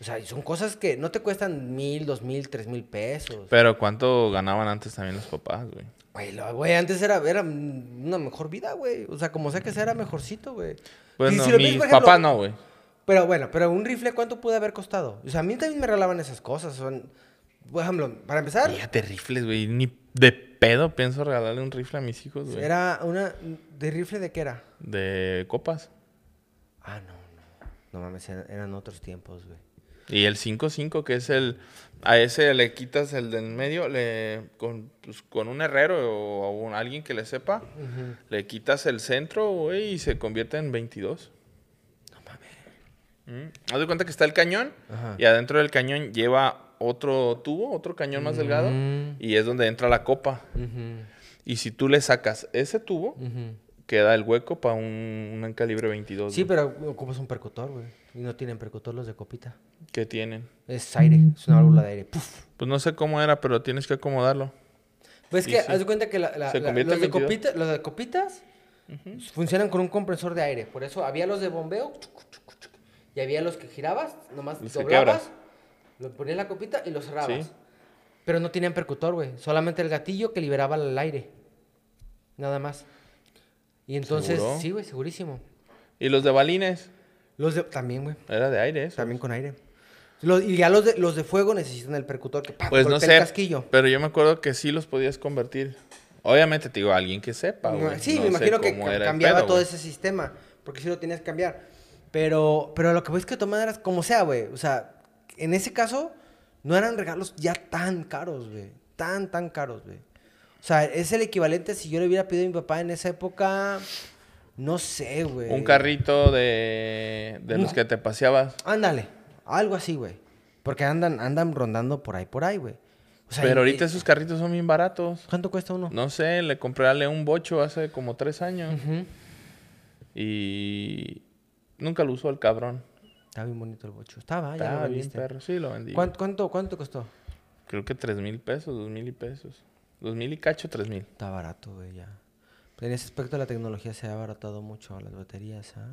O sea, y son cosas que no te cuestan mil, dos mil, tres mil pesos.
Pero ¿cuánto ganaban antes también los papás, güey?
Güey, lo- güey, antes era, era una mejor vida, güey. O sea, como sea que sea, era mejorcito, güey.
Pues
Y
no,
si lo
mis
piensas, por
papás
ejemplo,
no, güey.
Pero bueno, pero un rifle, ¿cuánto puede haber costado? O sea, a mí también me regalaban esas cosas. Son... Por ejemplo, para empezar,
Fíjate, rifles, güey. Ni de pedo pienso regalarle un rifle a mis hijos, güey.
era una... ¿De rifle de qué era?
De copas.
Ah, no, no. No mames, eran, eran otros tiempos, güey.
Y el 5-5, que es el. A ese le quitas el de en medio, le, con, pues, con un herrero o a un- alguien que le sepa, le quitas el centro, güey, y se convierte en 22. No mames. Haz de cuenta que está el cañón,
Ajá.
y adentro del cañón lleva otro tubo, otro cañón más delgado,
Mm.
y es donde entra la copa. Y si tú le sacas ese tubo, queda el hueco para un, un calibre 22.
Sí,
güey,
pero ocupas un percutor, güey. Y no tienen percutor los de copita.
Que tienen.
Es aire, es una válvula de aire. Puf.
Pues no sé cómo era, pero tienes que acomodarlo.
Pues es
Sí,
que
sí.
haz de cuenta que la- la-
Se
la-
convierte
los,
en
de
22.
copita- los de copitas Funcionan con un compresor de aire. Por eso había los de bombeo y había los que girabas, nomás
Los que
doblabas,
quebras.
lo ponías la copita y los cerrabas.
Sí.
Pero no tenían percutor, güey. Solamente el gatillo que liberaba el aire. Nada más. Y entonces,
¿Seguro?
sí, güey, segurísimo.
¿Y los de balines?
Los de... También, güey.
Era de aire eso.
También con aire. Los- y ya los de, los de fuego necesitan el percutor que pa,
Pues no
golpea
sé.
el casquillo.
Pero yo me acuerdo que sí los podías convertir. Obviamente te digo, alguien que sepa,
No,
güey.
sí,
No
me
sé
imagino que
cómo
ca-
era el
cambiaba
pedo,
todo
güey.
ese sistema, porque sí lo tenías que cambiar. Pero, pero lo que voy es que de todas maneras, como sea, güey. O sea, en ese caso, no eran regalos ya tan caros, güey. Tan, tan caros, güey. O sea, es el equivalente si yo le hubiera pedido a mi papá en esa época, no sé, güey.
Un carrito de, de los que te paseabas.
Ándale, algo así, güey. Porque andan, andan rondando por ahí, por ahí, güey. O sea, y-
Pero ahorita esos carritos son bien baratos.
¿Cuánto cuesta uno?
No sé, le compré a un bocho hace como tres años.
Ujú.
Y nunca lo usó el cabrón.
Está bien bonito el bocho. Estaba, Ah, ya lo
Estaba bien
vendiste.
perro. Sí, lo vendí.
¿Cuánto, cuánto, cuánto costó?
Creo que tres mil pesos, dos mil y pesos. Dos mil y cacho, tres mil.
Está barato, güey, ya. Pues, En ese aspecto la tecnología se ha abaratado mucho a las baterías, ¿ah?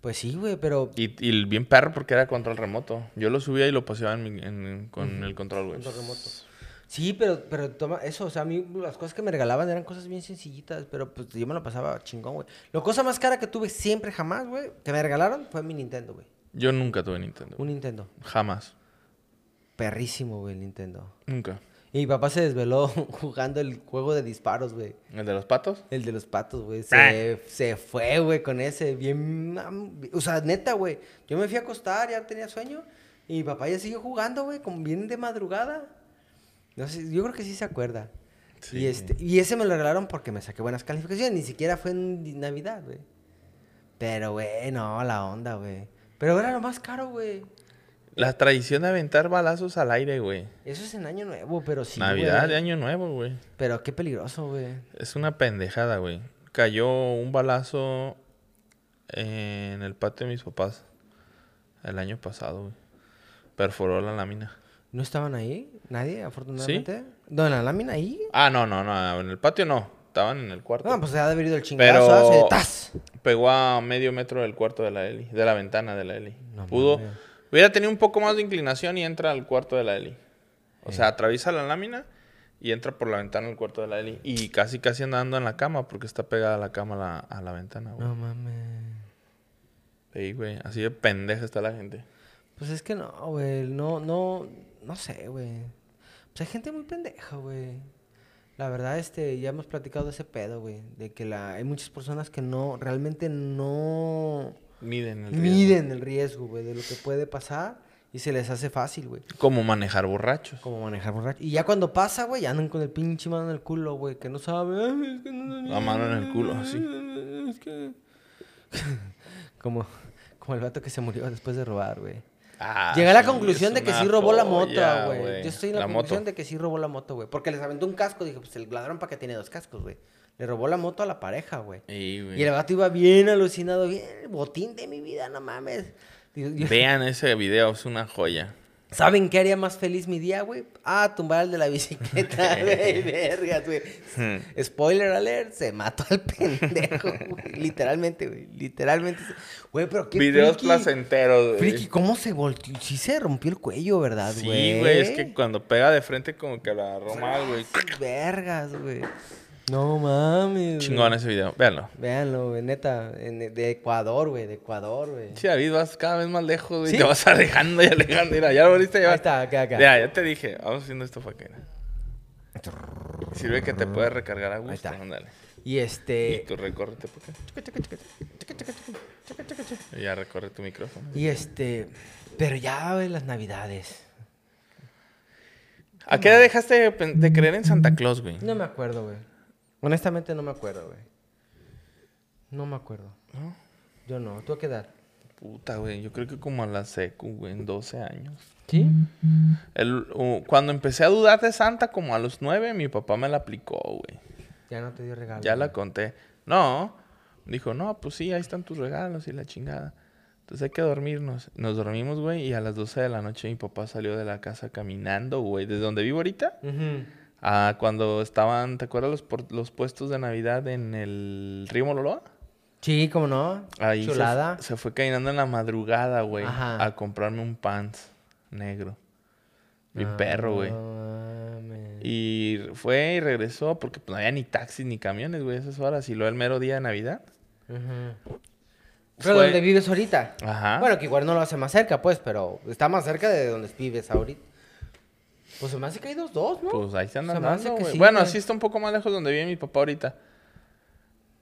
Pues sí, güey, pero...
Y, y el bien perro porque era control remoto. Yo lo subía y lo paseaba en mi- en- con el control, güey.
Control remoto. Sí, pero, pero toma eso, o sea, a mí las cosas que me regalaban eran cosas bien sencillitas, pero pues yo me lo pasaba chingón, güey. La cosa más cara que tuve siempre, jamás, güey, que me regalaron fue mi Nintendo, güey.
Yo nunca tuve Nintendo.
Un Nintendo.
Jamás.
Perrísimo, güey, el Nintendo.
Nunca.
Y mi papá se desveló [laughs] jugando el juego de disparos, güey.
¿El de los patos?
El de los patos, güey.
Ah.
Se, se fue, güey, con ese. Bien. am- O sea, neta, güey. Yo me fui a acostar, ya tenía sueño. Y mi papá ya siguió jugando, güey, como bien de madrugada. No sé, yo creo que sí se acuerda.
Sí.
Y, este, y ese me lo regalaron porque me saqué buenas calificaciones. Ni siquiera fue en di- Navidad, güey. Pero, güey, no, la onda, güey. Pero era lo más caro, güey.
La tradición de aventar balazos al aire, güey.
Eso es en Año Nuevo, pero sí.
Navidad
güey.
de Año Nuevo, güey.
Pero qué peligroso, güey.
Es una pendejada, güey. Cayó un balazo en el patio de mis papás el año pasado, güey. Perforó la lámina.
¿No estaban ahí? ¿Nadie, afortunadamente? No, en la lámina ahí.
Ah, no, no, no. En el patio no. Estaban en el cuarto.
No, pues se ha de haber ido el
Pero-
chingazo. hace de ¡tas!
Pegó a medio metro del cuarto de la Eli, de la ventana de la Eli.
No
Pudo.
mames.
Hubiera tenido un poco más de inclinación y entra al cuarto de la Eli. O
Eh.
sea, atraviesa la lámina y entra por la ventana al cuarto de la Eli. Y casi, casi andando en la cama porque está pegada la cama a la, a la ventana, güey.
No mames.
Sí, güey. Así de pendeja está la gente.
Pues es que no, güey. No, no, no sé, güey. Pues hay gente muy pendeja, güey. La verdad, este, ya hemos platicado de ese pedo, güey. De que la, hay muchas personas que no, realmente no
Miden el riesgo.
miden el riesgo, güey, de lo que puede pasar y se les hace fácil, güey.
Como manejar borrachos.
Como manejar borracho. Y ya cuando pasa, güey, andan con el pinche mano en el culo, güey, que no sabe. "Ay, es que no-
La mano en el culo, así.
Es que- [laughs] como, como el vato que se murió después de robar, güey.
Ah,
Llegué a la
sí,
conclusión
es
de que
una
sí robó la
joya,
moto, güey. Yo estoy en la, conclusión
moto.
de que sí robó la moto, güey. Porque les aventó un casco. Dije, pues el ladrón para que tiene dos cascos, güey. Le robó la moto a la pareja, güey.
Sí, güey.
Y el vato iba bien alucinado, bien botín de mi vida, no mames. Digo,
[laughs]
yo-
Vean ese video, es una joya.
¿Saben qué haría más feliz mi día, güey? Ah, tumbar al de la
[laughs]
bicicleta, güey, vergas, güey.
Hmm.
Spoiler alert, se mató al
[laughs]
pendejo, güey. Literalmente, güey, literalmente. se- Güey, pero qué
Videos
friki,
placenteros, güey.
Friki, ¿cómo se volteó? Sí se rompió el cuello, ¿verdad,
Sí,
güey? Ah,
güey, es que cuando pega de frente como que la agarró mal, güey.
Sí, Vergas, güey. No mames. güey.
Chingón ese video, véanlo.
Véanlo, güey, neta, en- de Ecuador, güey, de Ecuador, güey.
Sí, David, vas cada vez más lejos, güey.
¿Sí?
Te vas alejando y alejando. Mira, ya lo viste, ya.
Ahí está, acá, acá.
Mira, ya te dije, vamos haciendo esto para que... Sirve que te puedes recargar a gusto,
está.
ándale.
Y
Y
este
tú recórrete para acá. Y ya recorre tu micrófono.
y este pero ya, güey, las Navidades.
¿A qué edad dejaste de pen- de creer en Santa Claus, güey?
No me acuerdo, güey. Honestamente no me acuerdo, güey. No me acuerdo.
¿No?
Yo no. ¿Tú a qué edad?
Puta, güey, yo creo que como a la secu, güey, en 12 años.
¿Sí?
El- u- cuando empecé a dudar de Santa, como a los 9, mi papá me la aplicó, güey.
Ya no te dio regalo.
Ya la
güey.
conté. No. Dijo, no, pues sí, ahí están tus regalos y la chingada. Entonces hay que dormirnos. Nos dormimos, güey, y a las 12 de la noche mi papá salió de la casa caminando, güey. Desde donde vivo ahorita
Ujú.
a cuando estaban, ¿te acuerdas los, por- los puestos de Navidad en el río Mololoa?
Sí, cómo no.
Ahí se-
Chulada.
Se, fue caminando en la madrugada, güey,
Ajá.
a comprarme un pants negro. Mi perro, güey.
Ah, No mames.
Y fue y regresó porque pues, no había ni taxis ni camiones, güey, a esas horas. Y luego el mero día de Navidad.
Ujú. Pero
Fue-
donde vives ahorita.
Ajá.
Bueno, que igual no lo hace más cerca, pues, pero está más cerca de donde vives ahorita. Pues se me hace que hay dos, dos, ¿no?
Pues ahí se andan
Se me hace
dando,
que
güey.
sí,
bueno,
güey.
sí está un poco más lejos donde vive mi papá ahorita.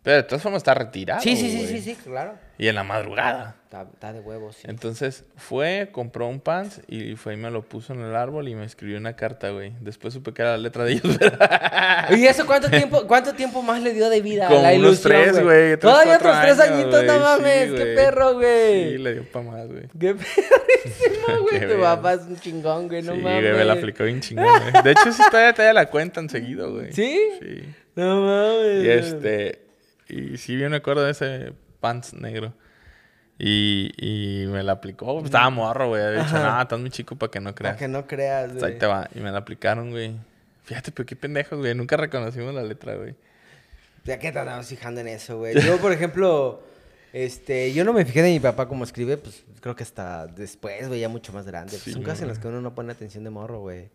Pero de todas formas está retirado.
sí, sí, sí,
güey.
sí, sí, claro.
Y en la madrugada.
Está, está de huevos. sí.
Entonces fue, compró un pants y fue y me lo puso en el árbol y me escribió una carta, güey. Después supe que era la letra de ellos. [laughs] pero-
[laughs] ¿Y eso cuánto tiempo, cuánto tiempo más le dio de vida
Como
a la
unos
ilusión?
tres, güey, tres,
Todavía
cuatro
otros tres
años,
añitos, no
güey,
mames.
sí,
qué
güey.
perro, güey.
Sí, le dio pa' más, güey.
Qué
[laughs]
perrísimo,
Qué
güey. Tu
bien.
papá es un chingón, güey, no
sí,
mames.
güey, me la aplicó bien chingón, güey. De hecho, esa historia todavía la cuentan seguido, güey.
¿Sí?
Sí.
No mames.
Y este. Y sí, bien me acuerdo de ese pants negro. Y, y me la aplicó. güey. Estaba morro, güey. Había dicho, no, estás muy chico para que
Para
no creas.
Mm. que no creas,
Pues ahí
güey.
te va. Y me la aplicaron, güey. Fíjate, pero qué pendejos, güey. Nunca reconocimos la letra, güey.
Ya que te andabas fijando en eso, güey. Yo, por ejemplo, este, yo no me fijé de mi papá cómo escribe, pues creo que hasta después, güey, ya mucho más grande. Pues,
Sí,
son cosas en
güey.
las que uno no pone atención de morro, güey.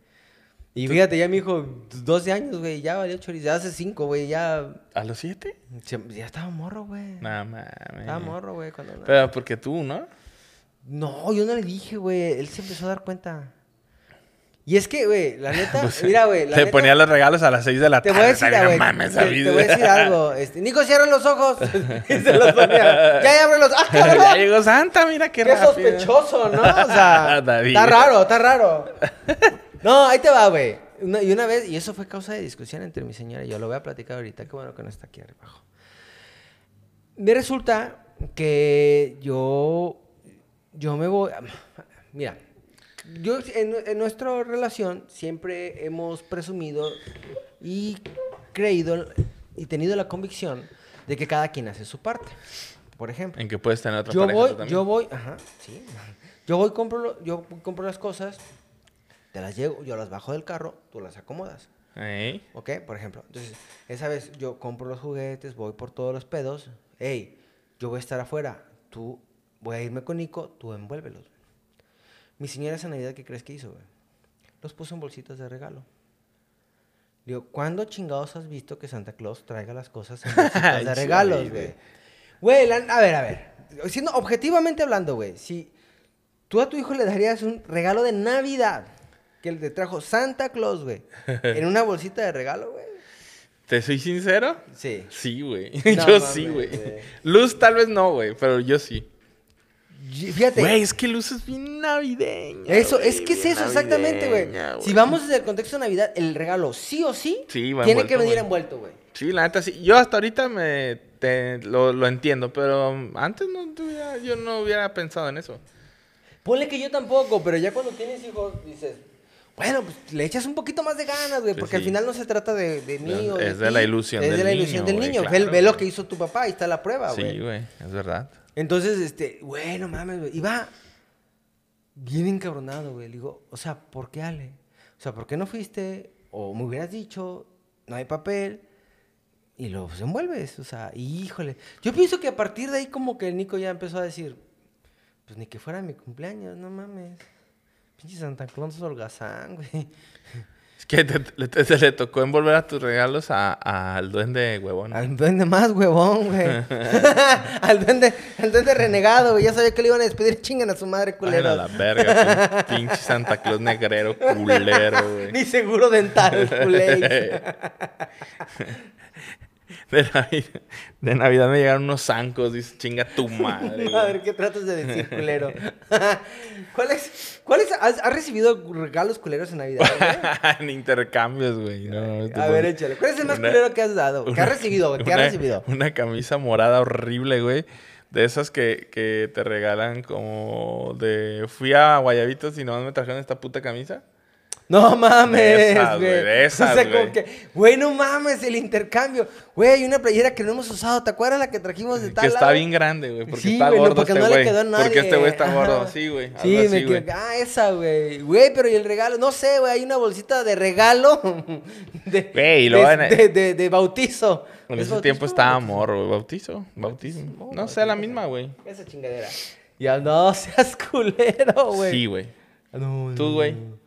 Y fíjate, ya mi hijo, 12 años, güey, ya valió chorizo, ya hace 5, güey, ya,
¿A los siete?
se- ya estaba morro, güey.
Nada mames.
Estaba morro, güey, cuando...
eh. Pero porque tú, ¿no?
No, yo no le dije, güey, él se empezó a dar cuenta. Y es que, güey,
[laughs]
la neta,
Pues,
mira, güey, la
Te
neta...
ponía los regalos a las seis de la
Te
tarde.
voy a decir,
también,
güey,
no mames,
te,
David.
te voy a decir
[laughs]
algo. Este, Nico, cierra los ojos. [laughs] y se los ponía. Ya, ya abre los. ¡Ah, cabrón!
[laughs] ya llegó Santa, mira qué,
Qué
rápido.
sospechoso,
[laughs]
¿no? O sea,
David.
está raro, está
[laughs]
raro. No, ahí te va, güey. Una- y una vez, y eso fue causa de discusión entre mi señora y yo, lo voy a platicar ahorita, qué bueno que no está aquí arriba abajo. Me resulta que yo, yo me voy, mira, yo en, en nuestra relación siempre hemos presumido y creído y tenido la convicción de que cada quien hace su parte, por ejemplo.
En que puedes tener otra
Yo
pareja
voy,
tú también.
yo voy, ajá, sí. [laughs] Yo voy, compro, lo- yo compro las cosas, te las llevo, yo las bajo del carro, tú las acomodas,
Ey.
¿ok? Por ejemplo, entonces, esa vez yo compro los juguetes, voy por todos los pedos, hey, yo voy a estar afuera, tú, voy a irme con Nico, tú envuélvelos. Mi señora esa Navidad, ¿qué crees que hizo, güey? Los puso en bolsitas de regalo. Digo, ¿cuándo chingados has visto que Santa Claus traiga las cosas en
[laughs]
bolsitas de
Sí,
regalos,
güey.
güey? Güey, la- a ver, a ver. Siendo objetivamente hablando, güey, si tú a tu hijo le darías un regalo de Navidad que le trajo Santa Claus,
[laughs]
güey, en una bolsita de regalo, güey.
¿Te soy sincero?
Sí.
Sí, güey. [laughs]
No
yo sí, güey.
mames, güey.
Luz tal vez no, güey, pero yo sí.
Y Fíjate.
Güey, es que Luz es bien navideña.
Eso,
güey,
es que es
bien
eso, exactamente, güey.
navideña,
Si vamos desde el contexto de Navidad, el regalo sí o sí,
Sí,
tiene
va
que
envuelto,
venir
güey.
envuelto, güey.
Sí, la neta sí. Yo hasta ahorita me te- lo, lo entiendo, pero antes no tuviera- yo no hubiera pensado en eso.
Ponle que yo tampoco, pero ya cuando tienes hijos dices, bueno, pues le echas un poquito más de ganas, güey,
Pues
porque al
sí.
final no se trata de, de mí
Es-
o de
es de
ti,
la ilusión
Es de
del
la ilusión
niño,
del
güey,
niño. Ve-
claro,
ve, lo
güey.
que hizo tu papá, ahí está la prueba, güey.
sí, güey, es verdad.
Entonces, este, güey, no mames, güey. Y va bien encabronado, güey. Le digo, o sea, ¿por qué Ale? O sea, ¿por qué no fuiste? O me hubieras dicho, no hay papel. Y lo pues, envuelves, o sea, y híjole. Yo pienso que a partir de ahí como que el Nico ya empezó a decir, pues ni que fuera mi cumpleaños, no mames. Pinche Santa Claus es holgazán, güey.
Es que te, le- te- se le tocó envolver a tus regalos a- al duende huevón.
Al duende más, huevón, güey. [laughs] al, duende, al duende renegado, güey. Ya sabía que le iban a despedir, chingan a su madre
Vayan
culero.
a la verga, pin- pinche Santa Claus negrero
[laughs]
culero, güey.
Ni seguro
[laughs]
dental, culés.
de, Navidad, de Navidad me llegaron unos zancos, dice, chinga
[laughs]
tu madre.
A
güey".
ver, ¿qué tratas de decir, culero? [laughs] ¿Cuáles cuáles has, has recibido regalos culeros en
[laughs]
Navidad? güey?
en intercambios, güey. No, esto
A
fue
ver, échale. ¿Cuál es el más
una-
culero que has
[laughs]
dado? ¿Qué has
una-
recibido, güey? ¿Qué has
una-
recibido?
Una camisa morada horrible, güey. De esas que, que te regalan como de... Fui a Guayabitos y nomás me trajeron esta puta camisa.
No mames,
esas,
güey.
güey, de esas,
o sea, como
güey.
que, güey, no mames, el intercambio. Güey, hay una playera que no hemos usado, ¿te acuerdas la que trajimos de tal
Que está
lado?
bien grande, güey. Porque
Sí,
está
güey, no,
gordo
porque
este
no
güey.
le quedó a nadie.
Porque este güey está
Ajá.
gordo. Sí, güey. algo
Sí,
así,
me
güey.
quedé, ah, esa, güey. Güey, pero ¿y el regalo? No sé, güey, hay una bolsita de regalo [laughs] de,
Güey, y
de,
luego en el-
de- de- de bautizo.
En
¿Es
ese
bautismo
tiempo
o
estaba
bautizo?
morro, güey. Bautizo. Bautismo. No sé, la misma, güey.
Esa chingadera. Ya no [laughs] seas culero, güey. Ah,
Sí, güey.
No,
Tú,
no,
güey.
no.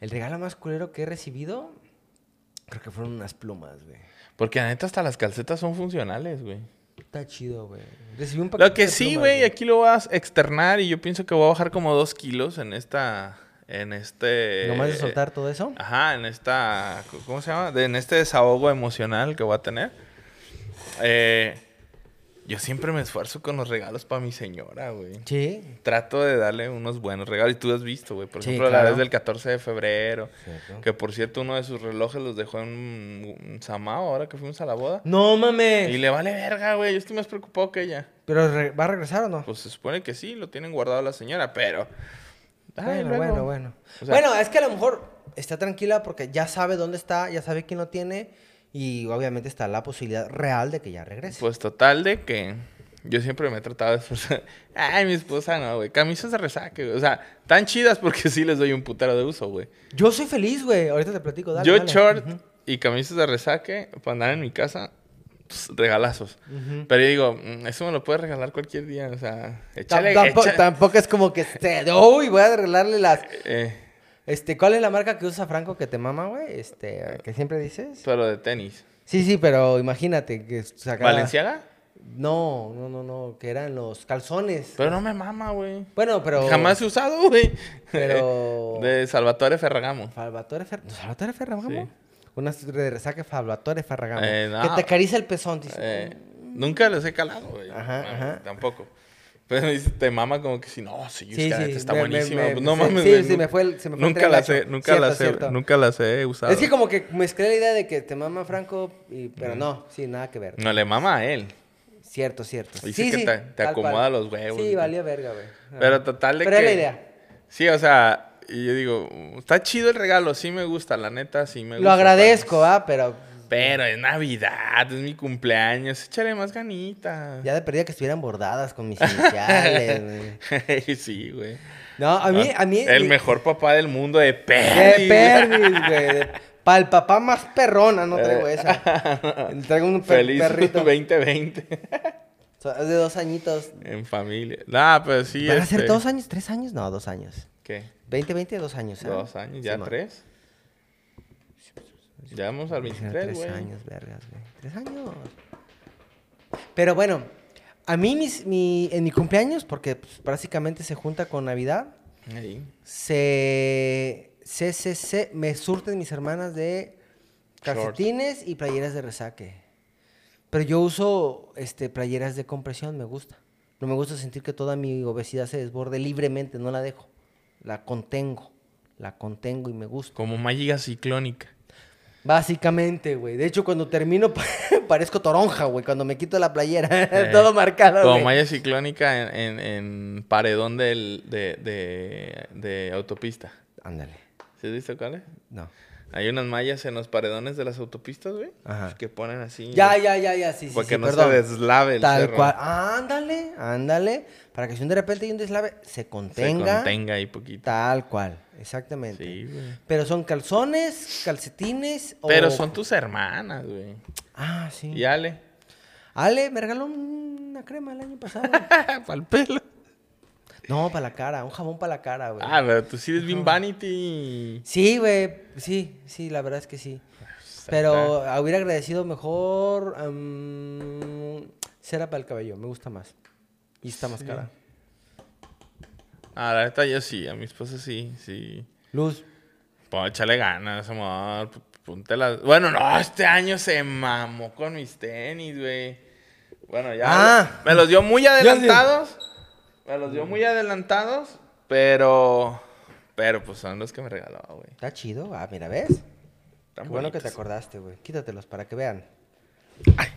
El regalo más culero que he recibido, creo que fueron unas plumas, güey.
Porque la neta hasta las calcetas son funcionales, güey.
Está chido, güey. Recibí un paquete
Lo que
de
sí,
plumas,
güey, aquí lo vas a externar y yo pienso que voy a bajar como dos kilos en esta... En este...
Nomás de soltar todo eso.
Ajá, en esta. ¿Cómo se llama? De- en este desahogo emocional que voy a tener. Eh, yo siempre me esfuerzo con los regalos para mi señora, güey.
Sí.
Trato de darle unos buenos regalos. Y tú has visto, güey. Por
Sí,
ejemplo, la
claro.
vez del 14 de febrero.
Cierto.
Que por cierto, uno de sus relojes los dejó en un Samao ahora que fuimos a la boda.
No
Y
mames.
le vale verga, güey. Yo estoy más preocupado que ella.
¿Pero re- va a regresar o no?
Pues se supone que sí, lo tienen guardado la señora, pero. Ay,
bueno,
luego.
bueno, bueno.
O sea-
bueno, es que a lo mejor está tranquila porque ya sabe dónde está, ya sabe quién lo tiene y obviamente está la posibilidad real de que ya regrese.
Pues total de que yo siempre me he tratado de esforzar. [laughs] Ay, mi esposa no, güey. Camisas de resaque, güey. O sea, tan chidas porque sí les doy un putero de uso, güey.
Yo soy feliz, güey. Ahorita te platico. Dale,
yo
dale.
short
Ujú.
y camisas de resaque para andar en mi casa, pues, regalazos. Pero yo digo, "Mm, eso me lo puedes regalar cualquier día. O sea,
Tam-
échale,
tampo-
echa-
Tampoco es como que esté. Uy, voy a arreglarle las.
eh,
Este, ¿cuál es la marca que usa Franco que te mama, güey? Este, que siempre dices.
pero de tenis.
Sí, sí, pero imagínate que sacaba.
¿Valenciaga?
No, no, no, no, que eran los calzones.
Pero no me mama, güey.
Bueno, pero.
Pues, Jamás he usado, güey.
Pero-
[laughs] De Salvatore Ferragamo.
Salvatore Fer... ¿Salvatore Ferragamo?
Sí.
Una de resaque Salvatore Ferragamo.
Eh, no.
Que te acaricia el pezón, dice.
Eh, nunca los he calado, güey.
Mm. Ajá,
Mami,
ajá.
Tampoco. Pero dice, te mama como que si no, sí, es
Sí,
que la
sí,
neta está
me- me-
buenísima.
me-
Pues no
sí,
mames,
sí,
güey,
sí, me
nu-
fue el- se me fue el
Nunca
tren
las he,
gacho.
nunca las he,
Cierto, cierto.
nunca las he usado.
Es que como que mezclé la idea de que te mama Franco, y...
Mm.
pero no, sí, nada que ver.
No le mama a él.
Cierto, cierto.
Dice que te- te
tal
acomoda los huevos y
Sí,
todo.
valía verga, güey. Ajá.
Pero total de
Ah. Pero
que...
era la idea.
Sí, o sea, y yo digo, está chido el regalo, sí me gusta, la neta, sí me gusta.
Lo agradezco, ¿ah? Pero
Pero es Navidad, es mi cumpleaños, échale más ganitas.
ya de perdida que estuvieran bordadas con mis iniciales, güey.
[laughs] sí, güey.
No, a mí,
Ah,
a mí.
El
mi-
mejor papá del mundo de
De
Perry.
perris, güey. Para el papá más perrona, no traigo
[laughs]
esa. Traigo [laughs] un per-
Eh. Feliz [laughs]
perrito.
2020.
O sea, Es de dos añitos.
En familia. Nah, pero sí.
¿Van a
este,
ser dos años? ¿Tres años? No, dos años.
¿Qué?
2020, dos años. ¿eh?
¿Dos años? ¿Ya
Simón.
tres? Ya vamos al 23,
Tres
güey.
años, vergas, güey. Tres años. Pero bueno, a mí mis, mi, en mi cumpleaños, porque pues, básicamente se junta con Navidad,
Ahí.
se, se, se, se- me surten mis hermanas de calcetines y playeras de resaque. Pero yo uso este, playeras de compresión, me gusta. No me gusta sentir que toda mi obesidad se desborde libremente, no la dejo. La contengo, la contengo y me gusta.
Como
[laughs]
mágica ciclónica.
Básicamente, güey. De hecho, cuando termino [laughs] pa- parezco toronja, güey. Cuando me quito la playera, [laughs] todo marcado,
Eh, Como
güey.
malla ciclónica en, en- en paredón del, de, de, de autopista.
Ándale.
¿Sí has visto cuál es?
No.
Hay unas mallas en los paredones de las autopistas, güey.
Ajá.
Que ponen así.
Ya, ya, ya, ya, sí, sí,
Para
sí,
que Mm. no
perdón.
se deslave el
Tal
cerro.
cual. Ándale, ándale. Para que si un de repente hay un deslave, se contenga.
Se contenga ahí poquito.
Tal cual, exactamente.
Sí, güey.
Pero son calzones, calcetines o-
Pero son tus hermanas, güey.
Ah, sí.
Y Ale. [laughs]
Ale me regaló una crema el año
[laughs]
pasado.
Para el pelo.
no, para la cara, un jabón para la cara, güey.
Ah, pero tú sí eres bien vanity.
Sí, güey, sí, sí, la verdad es que sí. Pero ah, hubiera agradecido mejor am, cera para el cabello, me gusta más. Y está más cara.
Ah, la neta yo sí, a mi esposa sí, sí.
Luz,
Pues échale ganas, amor. p- Ponte las... Bueno, no, este año se mamó con mis tenis, güey. Bueno, ya.
Ah.
Me los dio muy
sí.
adelantados. Me los dio muy adelantados, pero... Pero pues son los que me regaló, güey.
está chido. Ah, mira, ¿ves?
Tan
Qué bueno que te
bonitos.
acordaste, güey. Quítatelos para que vean. Ay.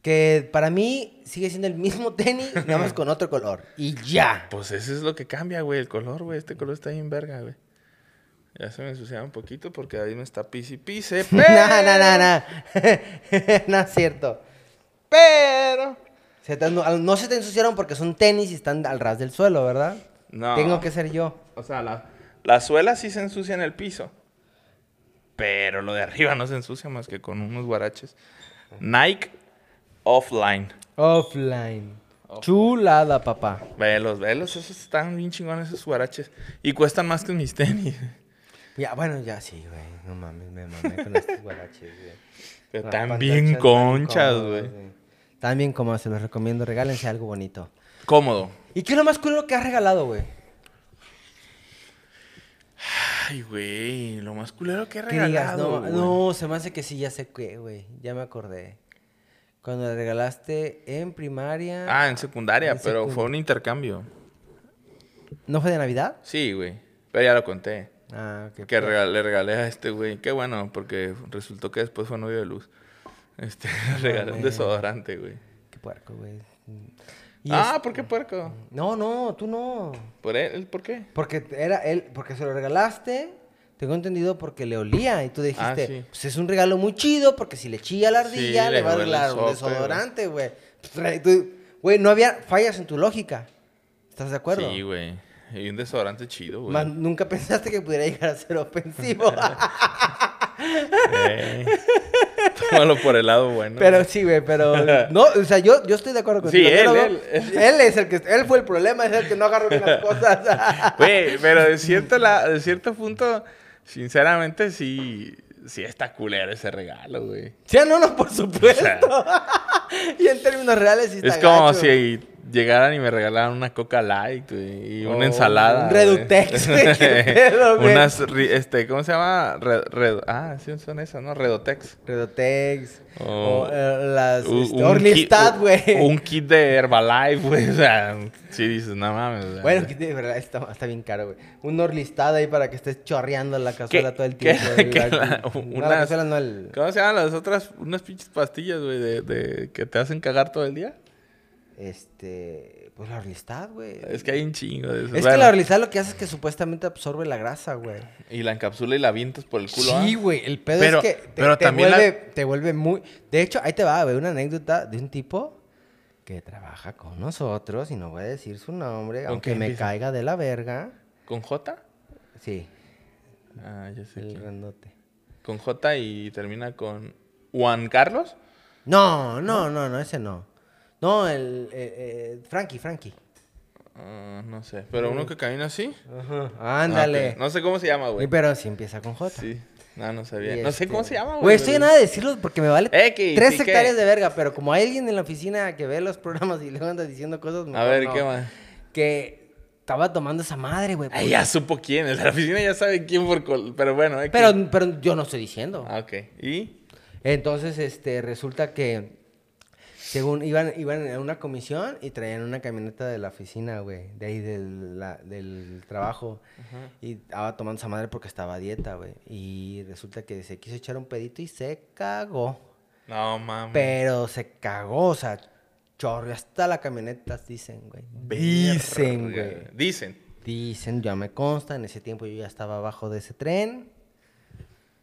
Que para mí sigue siendo el mismo
[laughs]
tenis, nada más con otro color. Y ya.
Pues eso es lo que cambia, güey, el color, güey. Este color está bien verga, güey. Ya se me ensuciaba un poquito porque David me está pisi pise.
[laughs] No, no, no,
pero-
no. No [laughs] es cierto.
Pero.
Se te- no, no se te ensuciaron porque son tenis y están al ras del suelo, ¿verdad?
No.
Tengo que ser yo.
O sea, la, la suela sí se ensucia en el piso. Pero lo de arriba no se ensucia más que con unos guaraches. Nike offline.
Offline. Chulada, papá.
Velos, velos, esos están bien chingones esos guaraches. Y cuestan más que mis tenis.
Ya, bueno, ya sí, güey. No mames, me mamé con estos guaraches, güey.
Pero
Las
están
pantachas
bien
están
conchas,
cómodas,
güey.
Están bien cómodas, se los recomiendo. Regálense algo bonito.
Cómodo.
¿Y qué es lo más culero que has regalado, güey?
Ay, güey, lo más culero que he
Que digas,
regalado.
no,
güey.
no, se me hace que sí, ya sé qué, güey. Ya me acordé. Cuando le regalaste en primaria.
Ah, en secundaria,
En
pero
secund-
fue un intercambio.
¿No fue de Navidad?
Sí, güey. Pero ya lo conté.
Ah, ok.
Que
pero-
rega- le regalé a este güey. Qué bueno, porque resultó que después fue novio de luz. Este, [laughs] le regalé un
mames.
desodorante, güey.
Qué puerco, güey. Y
Ah,
es-
¿por qué puerco?
No, no, tú no.
¿Por él? ¿Por qué?
Porque era él, porque se lo regalaste. Tengo entendido porque le olía. Y tú dijiste,
Ah, sí.
pues es un regalo muy chido porque si le chilla a la
Sí,
ardilla,
le
le va a
huele el
arreglar un
sope, güey.
desodorante, güey. Pues, tra- tú- Güey, no había fallas en tu lógica. ¿Estás de acuerdo?
Sí, güey. Y un desodorante chido, güey.
Más, nunca pensaste que pudiera llegar a ser ofensivo.
[laughs] Eh. Tómalo por el lado bueno.
pero sí, güey, pero. No, o sea, yo, yo estoy de acuerdo contigo.
Sí,
Yo
él,
lo veo-
él, él.
él es el que. Él fue el problema, es el que no agarró bien las cosas. [laughs]
Güey, pero de cierto, la, de cierto punto, sinceramente, sí, sí está culero ese regalo, güey.
Sí, no, no, por supuesto. [laughs] y en términos reales sí está
Es como
gacho. ¿eh?
si llegaran y me regalaran una coca light güey, y una
Oh,
ensalada.
un
güey. [laughs]
Redutex, güey, qué pedo, güey.
Unas, ri- este, ¿cómo se llama? Red, red- ah, sí, son esas, ¿no? Redotex.
Redotex.
Oh.
o, eh, las.
U-
este,
un
Orlistat,
kit-
güey.
u- Un kit de Herbalife, güey. [laughs] O sea, sí dices, no mames. o sea,
Bueno, que de verdad está, está bien caro, güey. Un orlistad ahí para que estés chorreando la cazuela
¿Qué-
todo el
qué-
tiempo. güey,
[laughs] qué
la-
la-
no,
unas-
la cazuela no, el...
¿Cómo se llaman las otras? Unas pinches pastillas, güey, de, de- que te hacen cagar todo el día.
Este... Pues la orlistad, güey.
Es que hay un chingo de eso.
Es que la orlistad lo que hace es que supuestamente absorbe la grasa, güey.
Y la encapsula y la avientas por el culo.
Sí,
¿ah?
güey. El pedo
Pero-
es que te,
pero
te
también la-
vuelve, te vuelve muy... De hecho, ahí te va, güey. Una anécdota de un tipo que trabaja con nosotros y no voy a decir su nombre,
Ok,
aunque me
empieza.
caiga de la verga.
¿Con J?
Sí,
Ah, ya sé.
el
quién.
grandote.
Con J y termina con Juan Carlos.
No, no, no, no, ese no. No, el... eh, eh, Frankie, Frankie.
Ah, no sé. Pero uno que camina así.
Ajá. Ándale.
Ah, ok. No sé cómo se llama, güey.
Y Pero sí empieza con J.
Sí. No, no
Y
sabía. No sé
este-
cómo se llama, güey.
Güey, estoy
pero-
nada de decirlo porque me vale
Eh, que-
tres
sí, que-
hectáreas de verga, pero como hay alguien en la oficina que ve los programas y [laughs] luego anda diciendo cosas,
A
mejor
ver,
no.
¿qué más?
Que estaba tomando esa madre, güey.
Ay, ya supo quién. El de la oficina ya sabe quién por... col- Pero bueno. X.
Pero, pero yo no estoy diciendo.
Ah, ok. ¿Y?
Entonces, este, resulta que según iban, iban a una comisión y traían una camioneta de la oficina, güey, de ahí del, la- del trabajo. Y estaba tomando esa madre porque estaba a dieta, güey. Y resulta que se quiso echar un pedito y se cagó.
No, mames.
Pero se cagó, o sea, chorreó hasta la camioneta, dicen, güey.
Verga.
Dicen, güey.
Dicen.
Dicen, ya me consta, en ese tiempo yo ya estaba abajo de ese tren.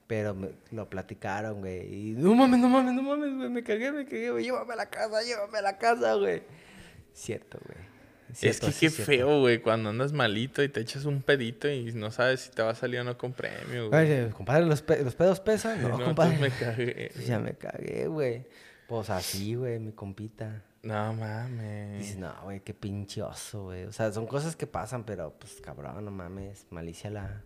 Pero me- lo platicaron, güey. Y no mames, no mames, no mames, güey. Me cagué, me cagué, güey. Llévame a la casa, llévame a la casa, güey. Cierto, güey.
Es
Cierto,
que
sí,
qué
cierto.
feo, güey, cuando andas malito y te echas un pedito y no sabes si te va a salir o no con premio, güey.
Oye, compadre, ¿los, pe- los pedos
[laughs]
pesan? No,
No,
compadre.
entonces me cagué.
Pues [laughs] ya me cagué, güey. Pues así, güey, mi compita.
No mames.
Dices, no, güey, qué pinche oso, güey. O sea, son cosas que pasan, pero pues cabrón, no mames. Malicia la.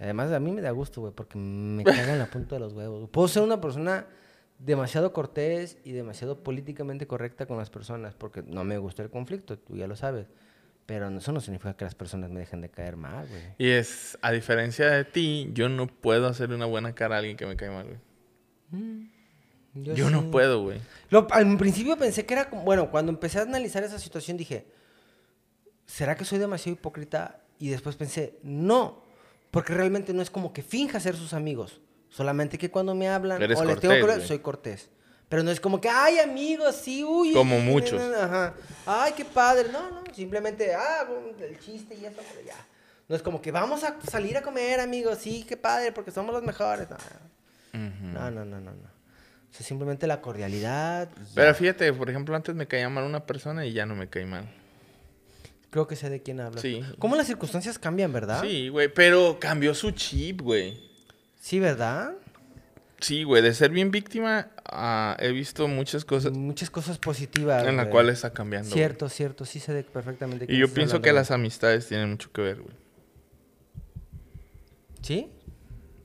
Además, a mí me da gusto, güey, porque me cagan la punta de los huevos. Puedo ser una persona demasiado cortés y demasiado políticamente correcta con las personas, porque no me gusta el conflicto, tú ya lo sabes. Pero eso no significa que las personas me dejen de caer mal, güey.
Y es, a diferencia de ti, yo no puedo hacerle una buena cara a alguien que me cae mal, güey. Yo,
sí.
no puedo, güey.
Lo- al principio pensé que era como, bueno, cuando empecé a analizar esa situación dije, ¿será que soy demasiado hipócrita? Y después pensé, no, porque realmente no es como que finja ser sus amigos, solamente que cuando me hablan
Eres
o les
cortés,
tengo que hablar,
güey.
soy cortés. Pero no es como que, ay, amigos, sí, uy.
Como
uy,
muchos.
Ajá. Ay, qué padre. No, no, simplemente, ah, el chiste y eso, pero ya. No es como que vamos a salir a comer, amigos. Sí, qué padre, porque somos los mejores. No, no, no, no, no. no. O sea, simplemente la cordialidad. y ya.
Pero fíjate, por ejemplo, antes me caía mal una persona y ya no me cae mal.
Creo que sé de quién hablas.
Sí.
¿Cómo las circunstancias cambian, verdad?
Sí, güey, pero cambió su chip, güey.
Sí, ¿verdad?
Sí, güey, de ser bien víctima, ah, he visto muchas cosas
Muchas cosas positivas.
en las
güey.
cuales está cambiando. güey.
Mm, Cierto, cierto. Sí sé de- perfectamente. de
Y
quién
yo
estás
pienso
hablando,
que
güey.
las amistades tienen mucho que ver, güey.
¿Sí?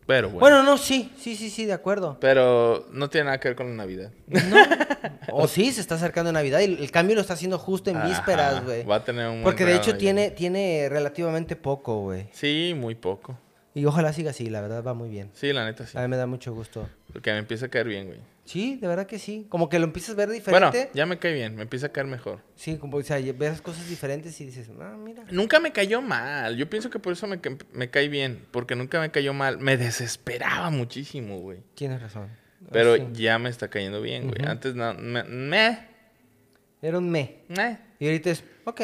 Pero bueno.
Bueno, no, sí. Sí, sí, sí, de
[laughs]
acuerdo.
Pero no tiene nada que ver con la Navidad.
O sí, se está acercando Navidad y el cambio lo está haciendo justo en
Ajá,
vísperas, güey.
va a tener un buen
Porque de
regalo
hecho
ahí.
tiene, tiene relativamente poco, güey.
Sí, muy poco.
Y ojalá siga así, la verdad va muy bien.
Sí, la neta sí.
A mí me da mucho gusto.
Porque me empieza a caer bien, güey.
Sí, de verdad que sí. Como que lo empiezas a ver
Bueno,
diferente.
ya me cae bien, me empieza a caer mejor.
Sí, como, o sea, y ves cosas diferentes y dices, ah, mira.
Nunca me cayó mal. Yo pienso que por eso me, ca- me cae bien. Porque nunca me cayó mal. Me desesperaba muchísimo, güey.
Tienes razón.
Pero
Ah, Sí.
ya me está cayendo bien, güey.
Ujú.
Antes no. Me, me,
Era un me.
me.
Y ahorita es, ok,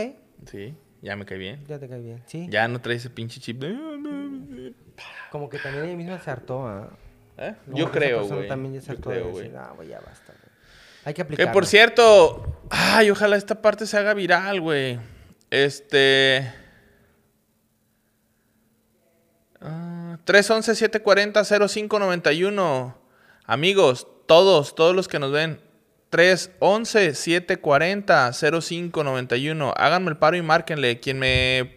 Sí, ya me cae bien.
ya te cae bien. Sí.
Ya no trae ese pinche chip "Ah, de.
Como que también ella misma se hartó, ¿ah?
¿Eh?
Como que
Yo
esa
creo,
persona
güey.
también ya se
Yo
hartó de
creo,
decir,
güey.
no, güey, ya basta, güey. Hay que
Que
aplicar.
por cierto, ay, ojalá esta parte se haga viral, güey. Este. ah, 311-740-0591. Amigos, todos, todos los que nos ven. 311-740-0591. Háganme el paro y márquenle. Quien me,